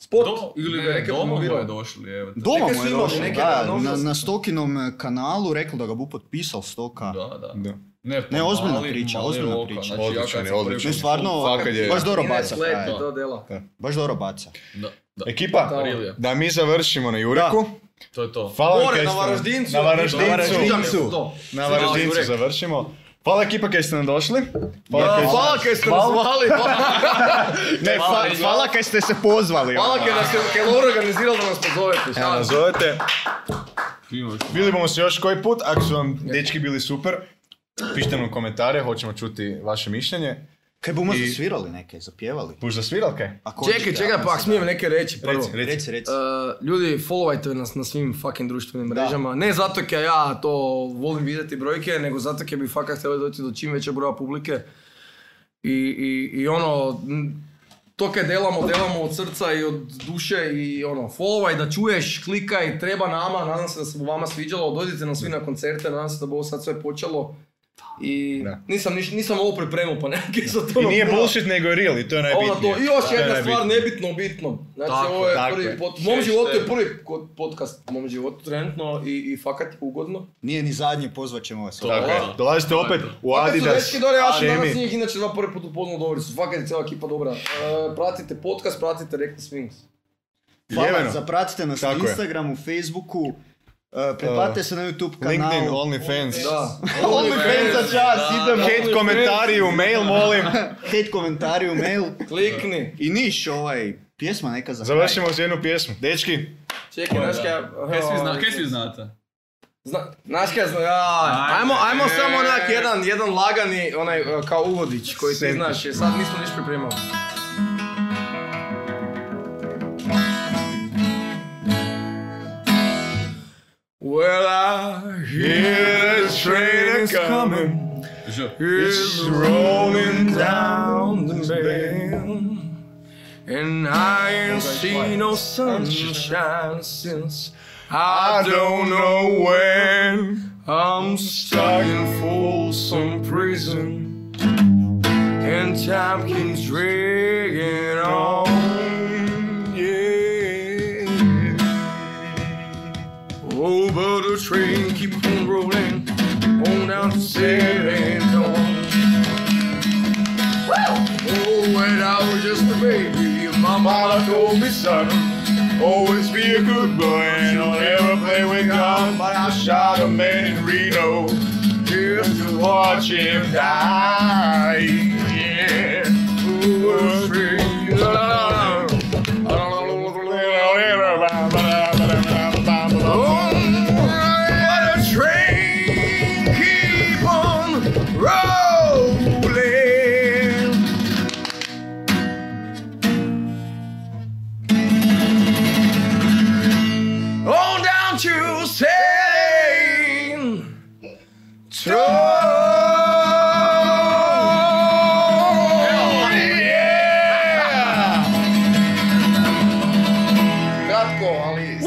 spot Do, ili ili ga je neka domo mu je promovirao. došli, evo. te. Doma Neke mu su je imali, došao, neke da, da, na, novine na Stokinom eh, kanalu rekao da ga bu potpisao Stoka. Da, da. Da. Ne, Ne, ozbiljna priča, ozbiljna oka, priča. znači, ja kad Odličan je, sam prvi odličan Ne, put- stvarno, Fakat je. baš dobro 13 baca. let frajer. to dela. Baš dobro baca. Da, da. Ekipa, Rilija. da mi završimo na Jureku. To je to. Hvala vam Gore, kaj na ste nam- Varaždincu. Na Na Varaždincu. Varaždincu. To. Na Hvala, Varaždincu Jurek. završimo. Hvala ekipa kaj ste nam došli. Da, kaj ste- Hvala kaj Pa, ste nas zvali. pa, Ne, hvala, Hvala kaj ste se pozvali. Hvala ono. kaj nas je Kelor organizirao da nas pozovete. Evo Šta? nazovete. Filmovi. Bili bomo se još koji put, ako su vam dečki bili super, pišite nam komentare, hoćemo čuti vaše mišljenje. Kaj bumo I- svirali neke, zapjevali? Buš za sviralke? Ako Čekaj, hoćete, čekaj, ako pa se ako smijem da. neke reći prvo. Reci, reci. Reci, reci. E, ljudi, followajte nas na svim fucking društvenim mrežama. Ne zato kaj ja to volim vidjeti brojke, nego zato kaj bi fakat htjeli doći do čim većeg broja publike. I, i, i ono, m, to kaj delamo, delamo od srca i od duše i ono, followaj da čuješ, klikaj, treba nama, nadam se da se vama sviđalo, dođite nam svi na koncerte, nadam se da bo ovo sad sve počelo. I Da. nisam, niš- nisam ovo pripremio pa *laughs* nekaj za to. I nije napravio. bullshit, nego je real i to je Ono najbitnije. to, i još To je jedna najbitnije. stvar, nebitno, bitno. Znači, Tako ovo je je, tako prvi je. pod- u mom Šešte. životu je prvi ko- podcast u mom životu trenutno i, i fakat je ugodno. Nije ni zadnje, pozvat ćemo vas. Tako je. Hvala. Dolazite opet u Fakat Ono. su Adidas, dečki dobri, ja sam danas Šemi. njih inače dva prvi put upoznao dobri su, fakat je cijela ekipa dobra. E, pratite podcast, pratite Rekli Swings. Hvala, Jebeno. zapratite nas na Tako je. Instagramu, Facebooku, e, pretplatite se na YouTube LinkedIn, kanalu. OnlyFans. Da. OnlyFans za čas, idemo. Hate komentari u mail, molim. *laughs* Hate komentari u mail. Klikni. I niš ovaj, pjesma neka za kraj. Završimo s jednu pjesmu. Dečki, Čekaj, znaš kaj... Kaj svi zna- kaj svi znate? Zna, znaš kaj zna, ja, ajmo, ajmo samo onak jedan, jedan lagani, onaj, e, kao uvodić koji ti Senti. znaš, jer sad nismo niš pripremali. Well, I hear the train is coming Ž. is rolling down the bay. And I ain't seen no sunshine since I don't know when. I'm stuck in Folsom prison, and time keeps dragging on. Yeah. Oh, but the train keep on rolling on down to San Antonio. Oh, when I was just a baby, my mama told me, son, always be a good boy and don't ever play with God. But I shot a man in Reno just to watch him die. Yeah. Ooh, a tree. La, la, la. Rolling. On down to San Antonio. Kratko, ali...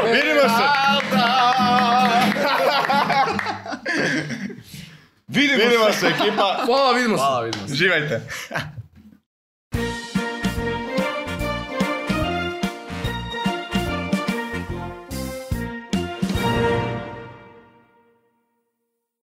Vidimo se! Vidimo se ekipa, Hvala, vidimo se. Hvala, vidimo se. živajte!